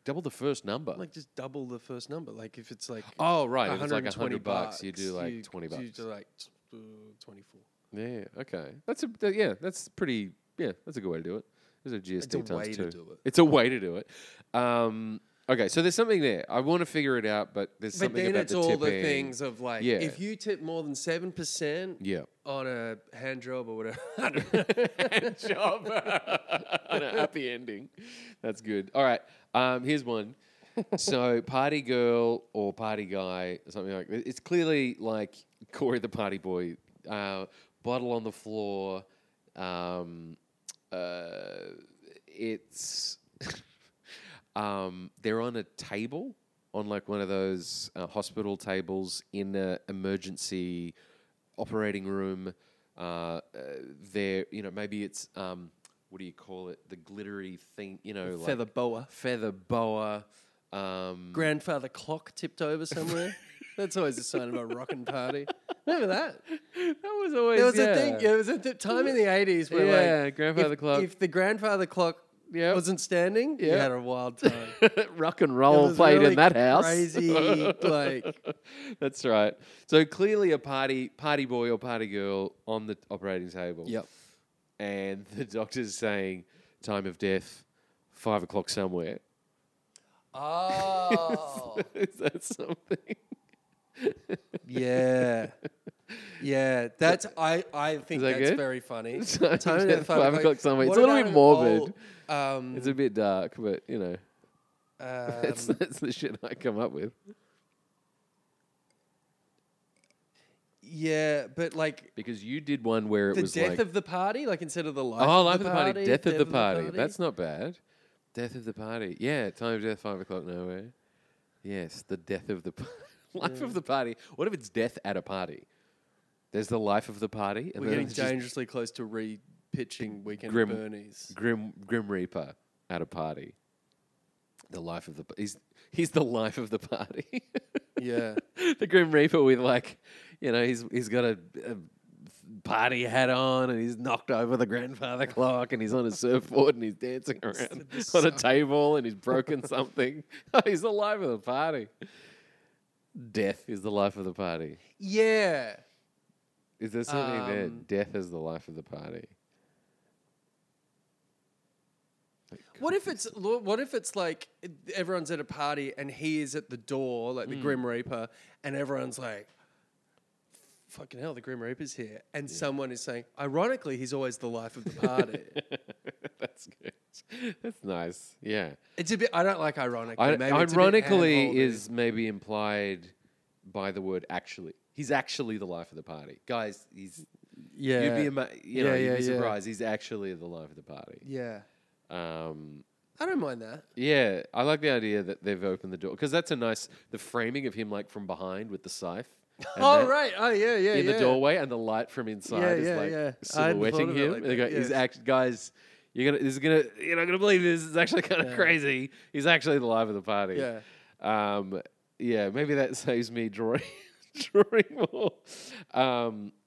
Speaker 2: double the first number.
Speaker 1: Like just double the first number. Like if it's like
Speaker 2: oh right, if it's like
Speaker 1: 120
Speaker 2: hundred bucks, you do like
Speaker 1: you-
Speaker 2: twenty bucks.
Speaker 1: You do like t- uh, twenty-four.
Speaker 2: yeah, okay, that's a that, yeah, that's pretty yeah, that's a good way to do it. There's a GST
Speaker 1: a
Speaker 2: times
Speaker 1: way
Speaker 2: two.
Speaker 1: to do it.
Speaker 2: It's a way to do it. Um, okay, so there's something there. I want to figure it out, but there's
Speaker 1: But
Speaker 2: something
Speaker 1: then
Speaker 2: about
Speaker 1: it's
Speaker 2: the
Speaker 1: all the
Speaker 2: tipping.
Speaker 1: things of like
Speaker 2: Yeah.
Speaker 1: if you tip more than seven percent
Speaker 2: Yeah.
Speaker 1: on a hand job or whatever. I don't know.
Speaker 2: job and a happy ending. That's good. All right. Um, here's one. So, party girl or party guy, or something like that. It's clearly like Corey the party boy. Uh, bottle on the floor. Um, uh, it's um, they're on a table on like one of those uh, hospital tables in an emergency operating room. Uh, uh, there, you know, maybe it's um, what do you call it? The glittery thing, you know,
Speaker 1: feather
Speaker 2: like
Speaker 1: boa.
Speaker 2: feather boa. Um,
Speaker 1: Grandfather clock tipped over somewhere. That's always a sign of a rocking party. Remember that?
Speaker 2: that was always
Speaker 1: There was a thing. There was a th- time in the eighties where,
Speaker 2: Yeah,
Speaker 1: like,
Speaker 2: grandfather
Speaker 1: if,
Speaker 2: clock.
Speaker 1: If the grandfather clock
Speaker 2: Yep.
Speaker 1: wasn't standing, you
Speaker 2: Yep.
Speaker 1: had a wild time.
Speaker 2: Rock and
Speaker 1: It
Speaker 2: roll
Speaker 1: was
Speaker 2: played
Speaker 1: really
Speaker 2: in that house.
Speaker 1: Crazy, like
Speaker 2: That's right. So clearly a party party boy or party girl on the operating table.
Speaker 1: Yep.
Speaker 2: And the doctor's saying time of death, five o'clock somewhere.
Speaker 1: oh
Speaker 2: Is that something?
Speaker 1: yeah, yeah. That's I. I think
Speaker 2: that
Speaker 1: that's
Speaker 2: good?
Speaker 1: very funny.
Speaker 2: Time
Speaker 1: Time
Speaker 2: check,
Speaker 1: to five
Speaker 2: five o'clock somewhere. It's
Speaker 1: What
Speaker 2: a little bit
Speaker 1: about an
Speaker 2: morbid.
Speaker 1: old, Um,
Speaker 2: It's a bit dark, but you know,
Speaker 1: um,
Speaker 2: that's, that's the shit I come up with.
Speaker 1: yeah, but like
Speaker 2: Because you did one where it
Speaker 1: the
Speaker 2: was
Speaker 1: death
Speaker 2: like
Speaker 1: of the party, like instead of the life.
Speaker 2: Oh,
Speaker 1: of
Speaker 2: life of the party, death, of the party.
Speaker 1: party.
Speaker 2: That's not bad. Death of the party. Yeah, time of death, five o'clock, nowhere. Yes, the death of the party. life of the party. What if it's death at a party? There's the life of the party, and
Speaker 1: We're getting
Speaker 2: it's just
Speaker 1: dangerously close to re-pitching Weekend
Speaker 2: Grim-
Speaker 1: at Bernie's.
Speaker 2: grim grim reaper at a party. The life of the he's he's the life of the party.
Speaker 1: Yeah.
Speaker 2: the Grim Reaper with like, you know, he's he's got a, a party hat on and he's knocked over the grandfather clock and he's on a surfboard and he's dancing around on a table and he's broken something. Oh, he's the life of the party. Death is the life of the party.
Speaker 1: Yeah.
Speaker 2: Is there something there?
Speaker 1: Um,
Speaker 2: Death is the life of the party.
Speaker 1: What if it's lo- what if it's like everyone's at a party and he is at the door, like the
Speaker 2: Hmm.
Speaker 1: Grim Reaper, and everyone's like, "Fucking hell, the Grim Reaper's here!" And someone is saying, "Ironically, he's always the life of the party."
Speaker 2: That's good. That's nice. Yeah.
Speaker 1: it's a bit. I don't like ironically.
Speaker 2: I,
Speaker 1: Maybe it's a bit
Speaker 2: ironically
Speaker 1: hand-holdy.
Speaker 2: is maybe implied by the word actually. He's actually the life of the party, guys. He's
Speaker 1: Yeah.
Speaker 2: You'd be, ama- you know,
Speaker 1: Yeah,
Speaker 2: you'd
Speaker 1: yeah,
Speaker 2: be
Speaker 1: yeah.
Speaker 2: surprised. He's actually the life of the party.
Speaker 1: yeah.
Speaker 2: Um,
Speaker 1: I don't mind that.
Speaker 2: yeah, I like the idea that they've opened the door because that's a nice the framing of him like from behind with the scythe. and
Speaker 1: oh
Speaker 2: that
Speaker 1: right. Oh yeah. Yeah.
Speaker 2: In
Speaker 1: yeah.
Speaker 2: the doorway, and the light from inside
Speaker 1: Yeah,
Speaker 2: is
Speaker 1: yeah,
Speaker 2: like
Speaker 1: yeah. I hadn't
Speaker 2: silhouetting
Speaker 1: thought of it
Speaker 2: him.
Speaker 1: like
Speaker 2: They go,
Speaker 1: that,
Speaker 2: He's
Speaker 1: yeah.
Speaker 2: act, guys. You're gonna. This is gonna. You're not gonna believe this. It's actually kind of
Speaker 1: Yeah.
Speaker 2: crazy. He's actually the life of the party.
Speaker 1: Yeah.
Speaker 2: Um, yeah, maybe that saves me drawing drawing more. Um,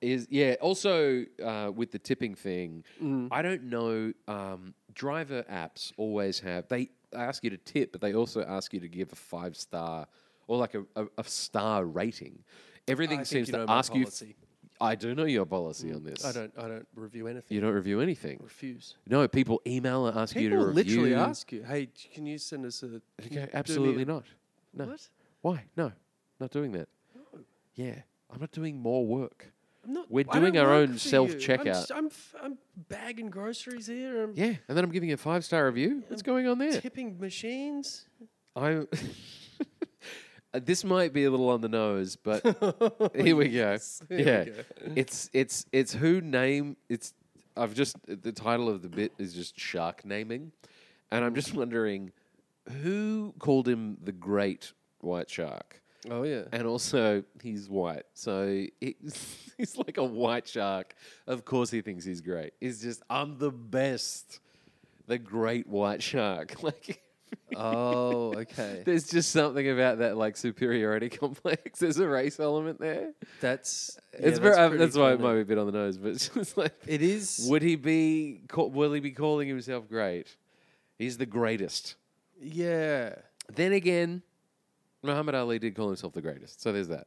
Speaker 2: is yeah. Also, uh, with the tipping thing,
Speaker 1: Mm-hmm.
Speaker 2: I don't know. Um, driver apps always have they ask you to tip, but they also ask you to give a five star or like a, a, a star rating. Everything
Speaker 1: I think
Speaker 2: seems
Speaker 1: you
Speaker 2: to
Speaker 1: know my
Speaker 2: ask you.
Speaker 1: policy. Mm,
Speaker 2: I do know your policy on this.
Speaker 1: I don't. I don't review anything.
Speaker 2: You don't review anything.
Speaker 1: Refuse.
Speaker 2: No, people email and ask you to
Speaker 1: People
Speaker 2: review.
Speaker 1: literally ask you, "Hey, can you send us a?"
Speaker 2: You go, absolutely not. No.
Speaker 1: What?
Speaker 2: Why? No, not doing that. Yeah, I'm not doing more work.
Speaker 1: I'm not,
Speaker 2: We're
Speaker 1: I don't
Speaker 2: doing our
Speaker 1: work
Speaker 2: own
Speaker 1: for you.
Speaker 2: self-checkout.
Speaker 1: I'm, just- I'm, f- I'm bagging groceries here. I'm
Speaker 2: Yeah, and then I'm giving you a five star review. What's going on there?
Speaker 1: tipping machines.
Speaker 2: I. uh, this might be a little on the nose, but here we go.
Speaker 1: Oh, Here we
Speaker 2: yeah,
Speaker 1: go.
Speaker 2: it's it's it's who name it's. I've just the title of the bit is just shark naming, and I'm
Speaker 1: Hmm.
Speaker 2: just wondering who called him the Great White Shark.
Speaker 1: Oh yeah.
Speaker 2: And also, he's white, so he's, he's like a white shark. Of course, he thinks he's great. He's just, I'm the best, the great white shark. Like,
Speaker 1: oh okay.
Speaker 2: there's just something about that like superiority complex. There's a race element there.
Speaker 1: That's yeah,
Speaker 2: it's very, um, that's,
Speaker 1: pretty
Speaker 2: why it
Speaker 1: common.
Speaker 2: might be a bit on the nose, but it's just like,
Speaker 1: It is.
Speaker 2: would he be? ca- Will he be calling himself great? He's the greatest.
Speaker 1: yeah.
Speaker 2: Then again, Muhammad Ali did call himself the greatest, so there's that.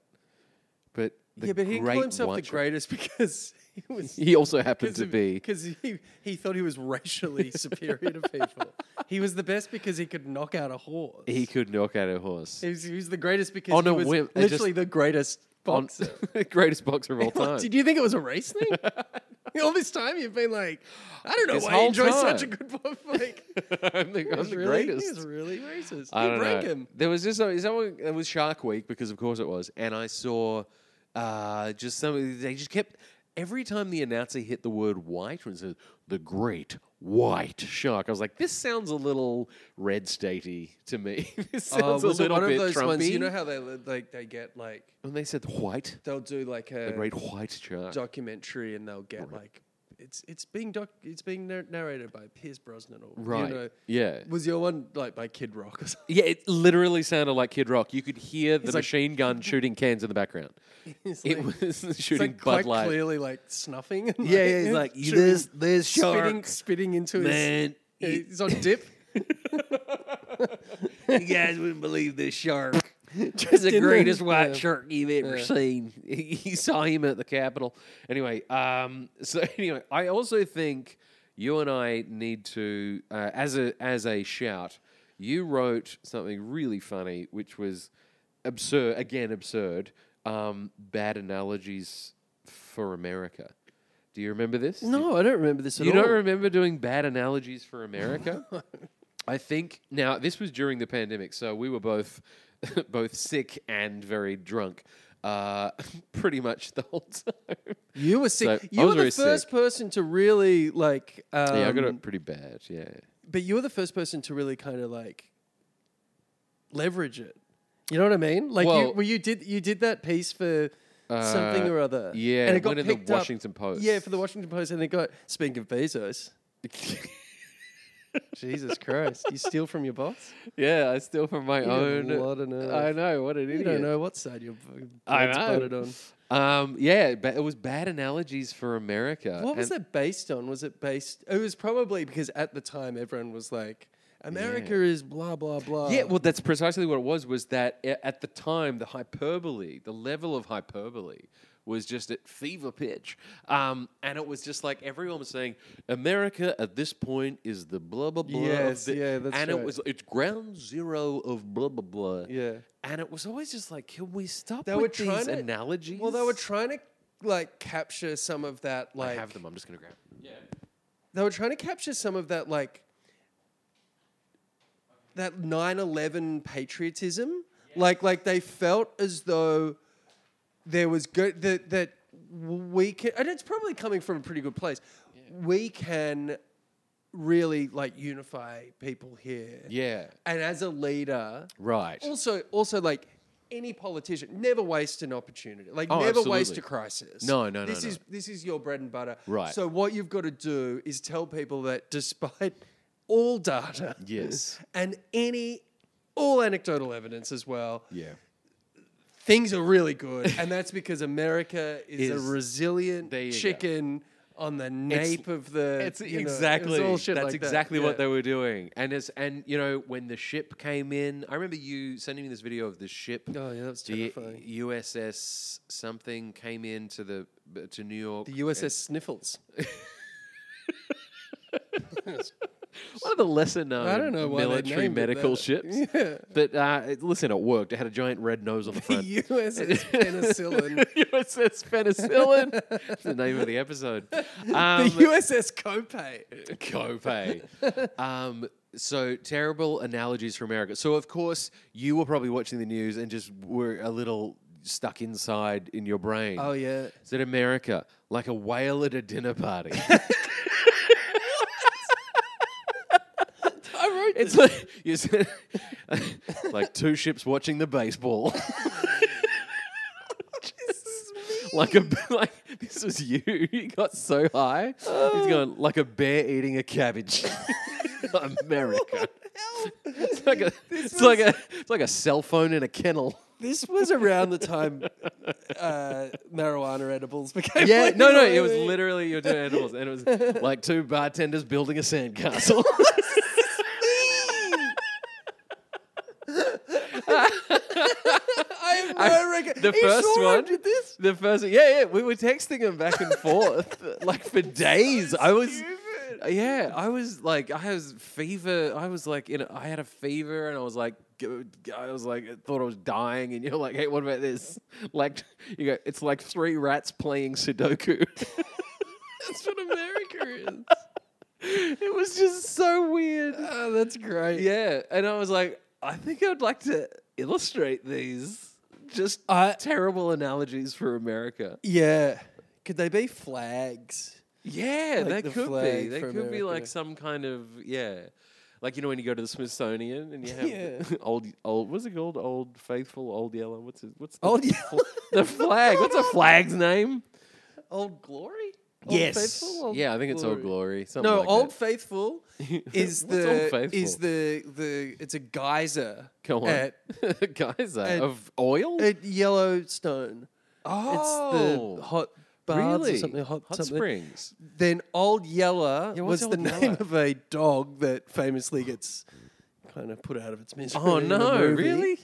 Speaker 2: But the
Speaker 1: yeah, but he
Speaker 2: great
Speaker 1: called himself the
Speaker 2: white shark-
Speaker 1: greatest because he was
Speaker 2: He also happens to be.
Speaker 1: because he, he thought he was racially superior to people. He was the best because he could knock out a horse.
Speaker 2: He could knock out a horse.
Speaker 1: He was, he was the greatest because
Speaker 2: On
Speaker 1: he
Speaker 2: a
Speaker 1: was
Speaker 2: whim, it just-
Speaker 1: literally the greatest
Speaker 2: On-
Speaker 1: boxer.
Speaker 2: greatest boxer of all time.
Speaker 1: Did you think it was a race thing? All this time you've been like, I don't know
Speaker 2: This
Speaker 1: why he
Speaker 2: whole
Speaker 1: enjoys such a
Speaker 2: time.
Speaker 1: good book. Like,
Speaker 2: I'm the, I'm
Speaker 1: he's
Speaker 2: the
Speaker 1: really,
Speaker 2: greatest.
Speaker 1: He's really racist.
Speaker 2: I
Speaker 1: you
Speaker 2: don't
Speaker 1: rank
Speaker 2: know.
Speaker 1: him.
Speaker 2: There was just some- someone. It was Shark Week because of course it was, and I saw uh, just some. They just kept every time the announcer hit the word white when it says the great white shark. I was like, this sounds a little red statey to me. this sounds Uh, a
Speaker 1: Uh, was it
Speaker 2: little
Speaker 1: one
Speaker 2: bit
Speaker 1: of those
Speaker 2: Trumpy.
Speaker 1: ones? You know how they like they get like
Speaker 2: and they said white,
Speaker 1: they'll do like a
Speaker 2: the great white shark.
Speaker 1: documentary and they'll get like it's it's being doc it's being nar- narrated by Piers Brosnan or
Speaker 2: Right.
Speaker 1: You know,
Speaker 2: Yeah.
Speaker 1: was your one like by Kid Rock or something?
Speaker 2: Yeah, it literally sounded like Kid Rock. You could hear the
Speaker 1: It's like-
Speaker 2: machine gun shooting cans in the background.
Speaker 1: It's
Speaker 2: It
Speaker 1: like-
Speaker 2: was
Speaker 1: it's
Speaker 2: shooting
Speaker 1: like
Speaker 2: Bud
Speaker 1: quite
Speaker 2: Light.
Speaker 1: clearly like snuffing. and,
Speaker 2: Yeah, yeah, he's like,
Speaker 1: shooting-
Speaker 2: "There's- there's
Speaker 1: spitting,
Speaker 2: sharks,
Speaker 1: spitting into
Speaker 2: man.
Speaker 1: his.
Speaker 2: He-
Speaker 1: He's on dip.
Speaker 2: you guys wouldn't believe this shark. He's the
Speaker 1: in the-
Speaker 2: greatest white
Speaker 1: yeah.
Speaker 2: shark you've ever
Speaker 1: Yeah.
Speaker 2: seen. You saw him at the Capitol. Anyway, um, so anyway, I also think you and I need to, uh, as a as a shout, you wrote something really funny, which was absurd again, absurd. Um, bad analogies for America. Do you remember this?
Speaker 1: No, I don't remember this at
Speaker 2: you don't remember doing bad analogies for America? I think now this was during the pandemic, so we were both both sick and very drunk, uh, pretty much the whole time.
Speaker 1: you were sick.
Speaker 2: So, I
Speaker 1: you
Speaker 2: was
Speaker 1: were
Speaker 2: very
Speaker 1: the first
Speaker 2: sick.
Speaker 1: person to really like. Um,
Speaker 2: yeah, I got it pretty bad. Yeah,
Speaker 1: But you were the first person to really kind of like leverage it. You know what I mean? Like, you,
Speaker 2: Well-
Speaker 1: well, you did you did that piece for something
Speaker 2: Uh,
Speaker 1: or other.
Speaker 2: yeah,
Speaker 1: and
Speaker 2: it
Speaker 1: it got
Speaker 2: went in the
Speaker 1: picked up-
Speaker 2: Washington Post.
Speaker 1: Yeah, for the Washington Post, and it got. Speaking of Bezos, Jesus Christ, you steal from your boss?
Speaker 2: yeah. I steal from my own.
Speaker 1: You're a lot of nerve.
Speaker 2: I know what an
Speaker 1: You
Speaker 2: idiot.
Speaker 1: don't know what side your b-
Speaker 2: I
Speaker 1: blood's
Speaker 2: know.
Speaker 1: butted on.
Speaker 2: Um, yeah, but it was bad analogies for America.
Speaker 1: What was
Speaker 2: and-
Speaker 1: that based on? Was it based? It was probably because at the time everyone was like, "America is blah blah blah."
Speaker 2: Yeah, well, that's precisely what it was. Was that a- at the time the hyperbole, the level of hyperbole, was just at fever pitch, um, and it was just like everyone was saying, "America at this point is the blah blah blah." of
Speaker 1: Yes,
Speaker 2: the-"
Speaker 1: yeah, that's
Speaker 2: and it
Speaker 1: right.
Speaker 2: was it's ground zero of blah blah blah.
Speaker 1: Yeah.
Speaker 2: and it was always just like, "Can we stop
Speaker 1: They
Speaker 2: with
Speaker 1: were trying
Speaker 2: these
Speaker 1: to-
Speaker 2: analogies?"
Speaker 1: well, they were trying to like capture some of that.
Speaker 2: I
Speaker 1: Like
Speaker 2: have them. I'm just gonna grab. Them. Yeah.
Speaker 1: they were trying to capture some of that like that 9-11 patriotism like like they felt as though there was good that that we can, and it's probably coming from a pretty good place. We can really like unify people here.
Speaker 2: Yeah.
Speaker 1: And as a leader,
Speaker 2: Right.
Speaker 1: also, also like any politician, never waste an opportunity. Like
Speaker 2: Oh,
Speaker 1: never waste
Speaker 2: absolutely.
Speaker 1: a crisis.
Speaker 2: No, no, no,
Speaker 1: This
Speaker 2: no.
Speaker 1: is this is your bread and butter.
Speaker 2: Right.
Speaker 1: So what you've got to do is tell people that despite all data,
Speaker 2: Yes.
Speaker 1: and any all anecdotal evidence as well,
Speaker 2: Yeah.
Speaker 1: things are really good, and that's because America is,
Speaker 2: Is-
Speaker 1: a resilient
Speaker 2: There you go.
Speaker 1: chicken on the nape of the.
Speaker 2: It's
Speaker 1: you know,
Speaker 2: exactly
Speaker 1: it's all shit
Speaker 2: that's
Speaker 1: like that.
Speaker 2: exactly
Speaker 1: Yeah.
Speaker 2: what they were doing, and it's and you know when the ship came in, I remember you sending me this video of the ship.
Speaker 1: Oh, yeah, that was
Speaker 2: the
Speaker 1: terrifying.
Speaker 2: USS something came in to the to New York.
Speaker 1: The USS Sniffles.
Speaker 2: one of the lesser known
Speaker 1: I don't know why they
Speaker 2: military
Speaker 1: named it
Speaker 2: medical
Speaker 1: that.
Speaker 2: ships.
Speaker 1: Yeah.
Speaker 2: But uh, it- listen, it worked. It had a giant red nose on the
Speaker 1: The
Speaker 2: front.
Speaker 1: USS Penicillin.
Speaker 2: USS penicillin. That's the name of the episode. Um,
Speaker 1: the USS Copay.
Speaker 2: copay. um, so terrible analogies from America. So of course you were probably watching the news and just were a little stuck inside in your brain.
Speaker 1: Oh, yeah.
Speaker 2: Is that America like a whale at a dinner party?
Speaker 1: I wrote
Speaker 2: it's like, you said, like two ships watching the baseball. Like a like this was you. You got so high. He's going like a bear eating a cabbage. America. It's like a it's like a it's like a cell phone in a kennel.
Speaker 1: This was around the time uh, marijuana edibles became.
Speaker 2: Yeah,
Speaker 1: like,
Speaker 2: no,
Speaker 1: you
Speaker 2: no,
Speaker 1: know
Speaker 2: it
Speaker 1: what
Speaker 2: was
Speaker 1: I mean?
Speaker 2: literally you were doing animals, and it was like two bartenders building a sandcastle.
Speaker 1: I have no record.
Speaker 2: the
Speaker 1: Are you
Speaker 2: first
Speaker 1: sure I
Speaker 2: one-
Speaker 1: did this.
Speaker 2: the first, yeah, yeah, we were texting them back and forth like for days. I was, yeah, I was like, I was fever. I was like, in, a, I had a fever, and I was like, g- I was like, thought I was dying, and you're like, hey, what about this? Like, you go, it's like three rats playing Sudoku.
Speaker 1: That's what America is.
Speaker 2: it was just so weird.
Speaker 1: Oh, that's great.
Speaker 2: Yeah, and I was like, I think I'd like to illustrate these just
Speaker 1: I-
Speaker 2: terrible analogies for America.
Speaker 1: Yeah. Could they be flags?
Speaker 2: Yeah,
Speaker 1: Like
Speaker 2: they
Speaker 1: the
Speaker 2: could be.
Speaker 1: flag
Speaker 2: They could
Speaker 1: for
Speaker 2: be like
Speaker 1: America.
Speaker 2: some kind of yeah. Like you know when you go to the Smithsonian and you have
Speaker 1: Yeah.
Speaker 2: old old what's it called old faithful old yellow what's it what's the,
Speaker 1: Old
Speaker 2: fl- the flag what's a flag's name
Speaker 1: Old Glory?
Speaker 2: yeah I think it's Old Glory something
Speaker 1: No,
Speaker 2: like
Speaker 1: Old
Speaker 2: that.
Speaker 1: Faithful is
Speaker 2: What's
Speaker 1: the
Speaker 2: Old Faithful?
Speaker 1: is the the it's a geyser
Speaker 2: go on
Speaker 1: at,
Speaker 2: guys uh,
Speaker 1: at-
Speaker 2: of oil
Speaker 1: at Yellowstone. It's the hot baths
Speaker 2: Oh! really
Speaker 1: or something hot,
Speaker 2: hot
Speaker 1: something.
Speaker 2: springs
Speaker 1: Then Old Yeller
Speaker 2: Yeah,
Speaker 1: was
Speaker 2: what's
Speaker 1: the
Speaker 2: Old
Speaker 1: name
Speaker 2: Yeller?
Speaker 1: of a dog that famously gets kind of put out of its misery.
Speaker 2: Oh
Speaker 1: in the
Speaker 2: no,
Speaker 1: movie.
Speaker 2: really?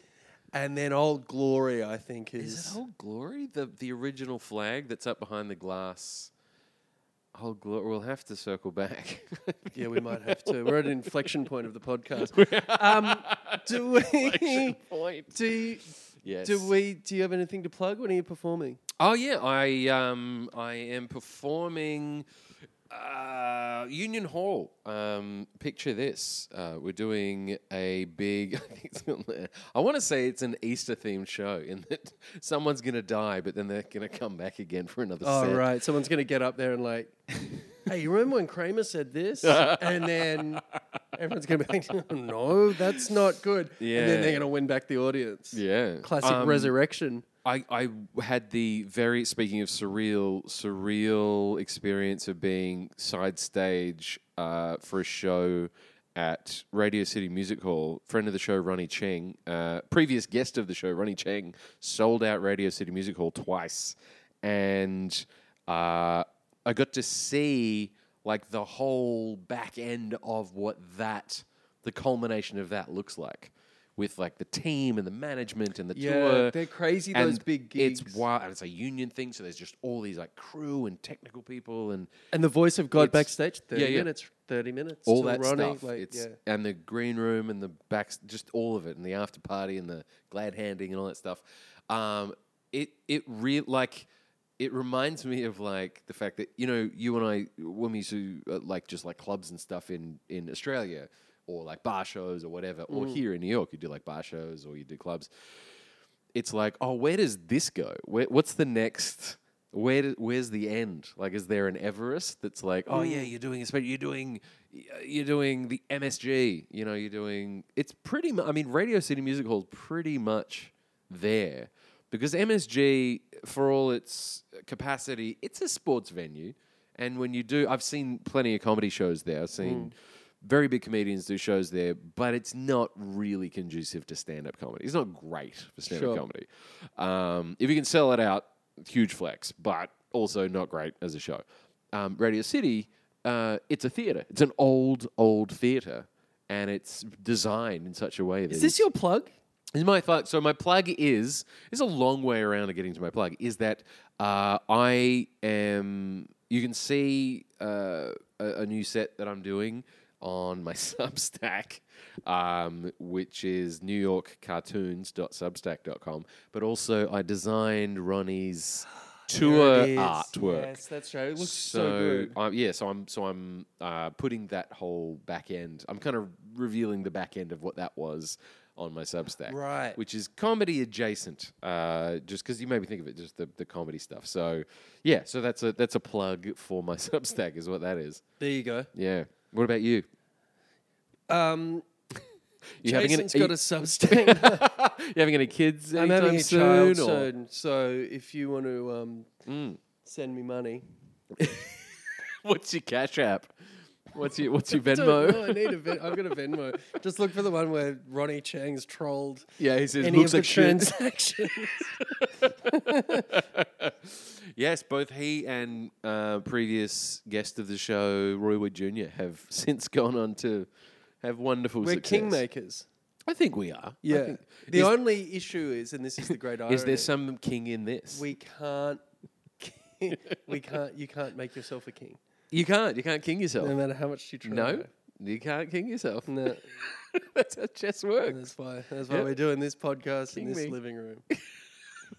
Speaker 1: And then Old Glory, I think, is,
Speaker 2: Is it Old Glory the the original flag that's up behind the glass? Old Glory. We'll have to circle back.
Speaker 1: Yeah, we might have to. We're at an inflection point of the podcast. Um, do we?
Speaker 2: Point.
Speaker 1: Do you,
Speaker 2: Yes.
Speaker 1: do we? Do you have anything to plug? When are you performing?
Speaker 2: Oh yeah, I um I am performing uh, Union Hall. Um, picture this: uh, we're doing a big. I think it's gonna- I want to say it's an Easter themed show in that someone's gonna die, but then they're gonna come back again for another.
Speaker 1: Oh
Speaker 2: set.
Speaker 1: right, someone's gonna get up there and like, hey, you remember when Kramer said this? and then everyone's gonna be like, "Oh, no, that's not good. And
Speaker 2: Yeah.
Speaker 1: then they're gonna win back the audience.
Speaker 2: Yeah.
Speaker 1: Classic resurrection.
Speaker 2: I, I had the very speaking of surreal surreal experience of being side stage uh, for a show at Radio City Music Hall. Friend of the show, Ronnie Cheng, uh, previous guest of the show, Ronnie Cheng, sold out Radio City Music Hall twice, and uh, I got to see like the whole back end of what that the culmination of that looks like. With like the team and the management and the
Speaker 1: Yeah,
Speaker 2: tour,
Speaker 1: uh, they're crazy, those big
Speaker 2: It's
Speaker 1: gigs.
Speaker 2: wild, and it's a union thing. So there's just all these like crew and technical people and
Speaker 1: And the voice of God
Speaker 2: It's-
Speaker 1: backstage. Thirty
Speaker 2: yeah, yeah.
Speaker 1: minutes. Thirty minutes.
Speaker 2: all
Speaker 1: till
Speaker 2: that
Speaker 1: Ronnie,
Speaker 2: stuff.
Speaker 1: Like,
Speaker 2: it's,
Speaker 1: yeah.
Speaker 2: And the green room and the back, just all of it, and the after party and the glad handing and all that stuff. Um, it it real like it reminds me of like the fact that you know you and I when we used to uh, like just like clubs and stuff in in Australia or like bar shows or whatever, or
Speaker 1: Mm.
Speaker 2: here in New York you do like bar shows or you do clubs it's like, oh, where does this go? Where, what's the next? where do, where's the end? Like, is there an Everest that's like, oh yeah, you're doing a spe- you're doing you're doing the MSG, you know, you're doing it's pretty. Mu- I mean, Radio City Music Hall's pretty much there because MSG, for all its capacity, it's a sports venue, and when you do, I've seen plenty of comedy shows there. I've seen. Very big comedians do shows there, but it's not really conducive to stand up comedy. It's not great for stand up
Speaker 1: Sure.
Speaker 2: comedy. Um, if you can sell it out, huge flex, but also not great as a show. Um, Radio City, uh, it's a theatre. It's an old, old theatre, and it's designed in such a way that
Speaker 1: Is this your plug?
Speaker 2: is my plug. So my plug is is a long way around to getting to my plug. Is that uh, I am? You can see uh, a, a new set that I'm doing on my Substack, um, which is newyorkcartoons.substack.com. But also, I designed Ronnie's tour artwork.
Speaker 1: Yes, that's right. It looks so,
Speaker 2: So,
Speaker 1: good.
Speaker 2: um, yeah, so I'm so I'm uh, putting that whole back end. I'm kind of revealing the back end of what that was on my Substack,
Speaker 1: Right.
Speaker 2: Which is comedy adjacent, uh, just because you made me think of it, just the, the comedy stuff. So yeah, so that's a that's a plug for my Substack, is what that is.
Speaker 1: There you go.
Speaker 2: Yeah. What about you?
Speaker 1: Um,
Speaker 2: You
Speaker 1: Jason's
Speaker 2: any,
Speaker 1: got a Substack.
Speaker 2: a you having any kids
Speaker 1: I'm
Speaker 2: anytime
Speaker 1: having a
Speaker 2: soon?
Speaker 1: child
Speaker 2: or- Mm.
Speaker 1: soon, so if you want to um, send me money,
Speaker 2: What's your Cash App? What's your what's your
Speaker 1: Don't- no,
Speaker 2: Venmo?
Speaker 1: I need a Ven- I've got a Venmo. Just look for the one where Ronnie Chang's trolled
Speaker 2: yeah, he says
Speaker 1: any
Speaker 2: looks
Speaker 1: of
Speaker 2: like
Speaker 1: the
Speaker 2: shit.
Speaker 1: transactions.
Speaker 2: Yes, both he and uh, previous guest of the show, Roy Wood Jr., have since gone on to have wonderful
Speaker 1: We're
Speaker 2: success.
Speaker 1: kingmakers.
Speaker 2: I think we are. I
Speaker 1: Yeah.
Speaker 2: think-
Speaker 1: the
Speaker 2: is,
Speaker 1: only issue is, and this is the great irony,
Speaker 2: is there some king in this?
Speaker 1: we can't, we can't, you can't make yourself a king,
Speaker 2: you can't. You can't king yourself.
Speaker 1: no matter how much you try.
Speaker 2: no, you can't king yourself.
Speaker 1: no.
Speaker 2: That's how chess works.
Speaker 1: That's why. That's why
Speaker 2: Yep.
Speaker 1: we're doing this podcast
Speaker 2: King
Speaker 1: in this
Speaker 2: me.
Speaker 1: living room.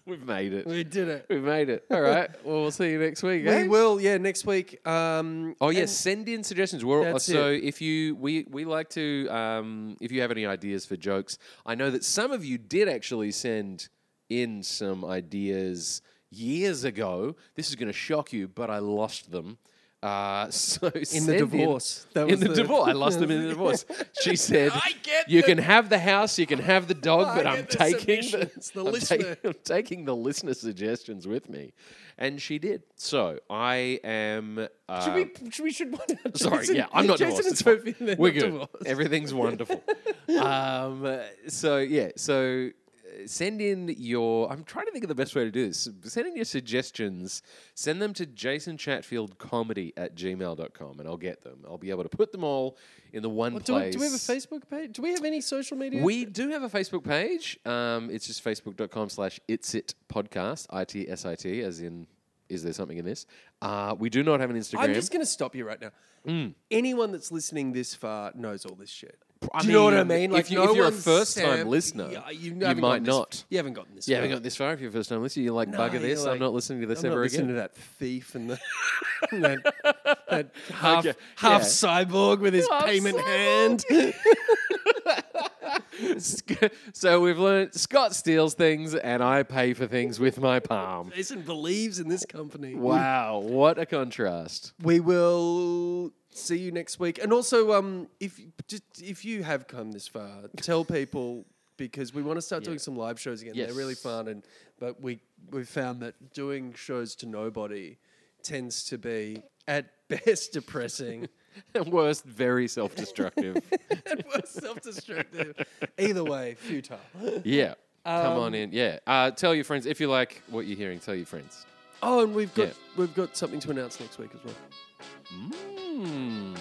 Speaker 2: We've made it.
Speaker 1: We did it.
Speaker 2: We've made it. All right. Well, we'll see you next week. eh?
Speaker 1: We will. Yeah, next week. Um,
Speaker 2: Oh yes,
Speaker 1: and-
Speaker 2: send in suggestions. We're, uh,
Speaker 1: That's
Speaker 2: so if you we we like to um, if you have any ideas for jokes, I know that some of you did actually send in some ideas years ago. This is going to shock you, but I lost them. Uh, so
Speaker 1: in the divorce. That
Speaker 2: in the, divorce, I lost them in the divorce. She said,
Speaker 1: I get
Speaker 2: "You
Speaker 1: the-
Speaker 2: can have the house, you can have the dog, but
Speaker 1: I
Speaker 2: I'm
Speaker 1: get the
Speaker 2: taking the,
Speaker 1: submissions, the
Speaker 2: I'm
Speaker 1: listener."
Speaker 2: taking- I'm taking the listener suggestions with me," and she did. So I am. Uh,
Speaker 1: Should we? Should we? Should one-
Speaker 2: Sorry,
Speaker 1: Jason-
Speaker 2: yeah, I'm not
Speaker 1: Jason
Speaker 2: divorced. it's
Speaker 1: and
Speaker 2: fine.
Speaker 1: Sophie, they're
Speaker 2: We're
Speaker 1: not
Speaker 2: good.
Speaker 1: divorced.
Speaker 2: Everything's wonderful. um, uh, so yeah, so uh, send in your. I'm trying to think of the best way to do this. Send in your suggestions. Send them to jasonchatfieldcomedy at gmail.com and I'll get them. I'll be able to put them all in the one
Speaker 1: Do we,
Speaker 2: place.
Speaker 1: do we have a Facebook page? Do we have any social media?
Speaker 2: We do have a Facebook page. Um, it's just facebook.com slash it's it podcast, I T S I T, as in, is there something in this? Uh, we do Mm. not have an Instagram.
Speaker 1: I'm just going to stop you right now. Anyone that's listening this far knows all this shit.
Speaker 2: I
Speaker 1: do you know what I
Speaker 2: mean,
Speaker 1: mean?
Speaker 2: if you- if you're a
Speaker 1: one's
Speaker 2: first-time
Speaker 1: stamped-
Speaker 2: listener,
Speaker 1: yeah, you,
Speaker 2: you
Speaker 1: haven't
Speaker 2: might
Speaker 1: gotten this-
Speaker 2: not.
Speaker 1: you haven't gotten this.
Speaker 2: Yeah, we
Speaker 1: far.
Speaker 2: got this far. If you're a first time listener, you're like,
Speaker 1: No,
Speaker 2: bugger
Speaker 1: you're
Speaker 2: this. I'm
Speaker 1: like,
Speaker 2: not listening to this
Speaker 1: I'm not
Speaker 2: ever
Speaker 1: listening
Speaker 2: again.
Speaker 1: to that thief and the and that, that half
Speaker 2: Okay,
Speaker 1: half
Speaker 2: yeah.
Speaker 1: cyborg with his
Speaker 2: Half
Speaker 1: payment hand.
Speaker 2: cyborg. so we've learned Scott steals things and I pay for things with my palm.
Speaker 1: Jason believes in this company.
Speaker 2: Wow, what a contrast.
Speaker 1: We will see you next week. And also, um, if just if you have come this far, tell people because we want to start doing some live shows again. They're really
Speaker 2: Yes.
Speaker 1: fun, and but we we found that doing shows to nobody tends to be at best depressing
Speaker 2: At worst, very self destructive.
Speaker 1: and worst self-destructive. Either way, futile.
Speaker 2: yeah. Come
Speaker 1: Um,
Speaker 2: on in. Yeah. Uh, tell your friends. If you like what you're hearing, tell your friends.
Speaker 1: Oh, and we've got
Speaker 2: Yeah.
Speaker 1: we've got something to announce next week as well. Hmm.
Speaker 2: Mmm.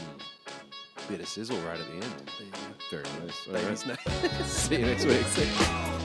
Speaker 2: Bit of sizzle right at the end. Very nice. All right.
Speaker 1: Baby's name.
Speaker 2: See you next week.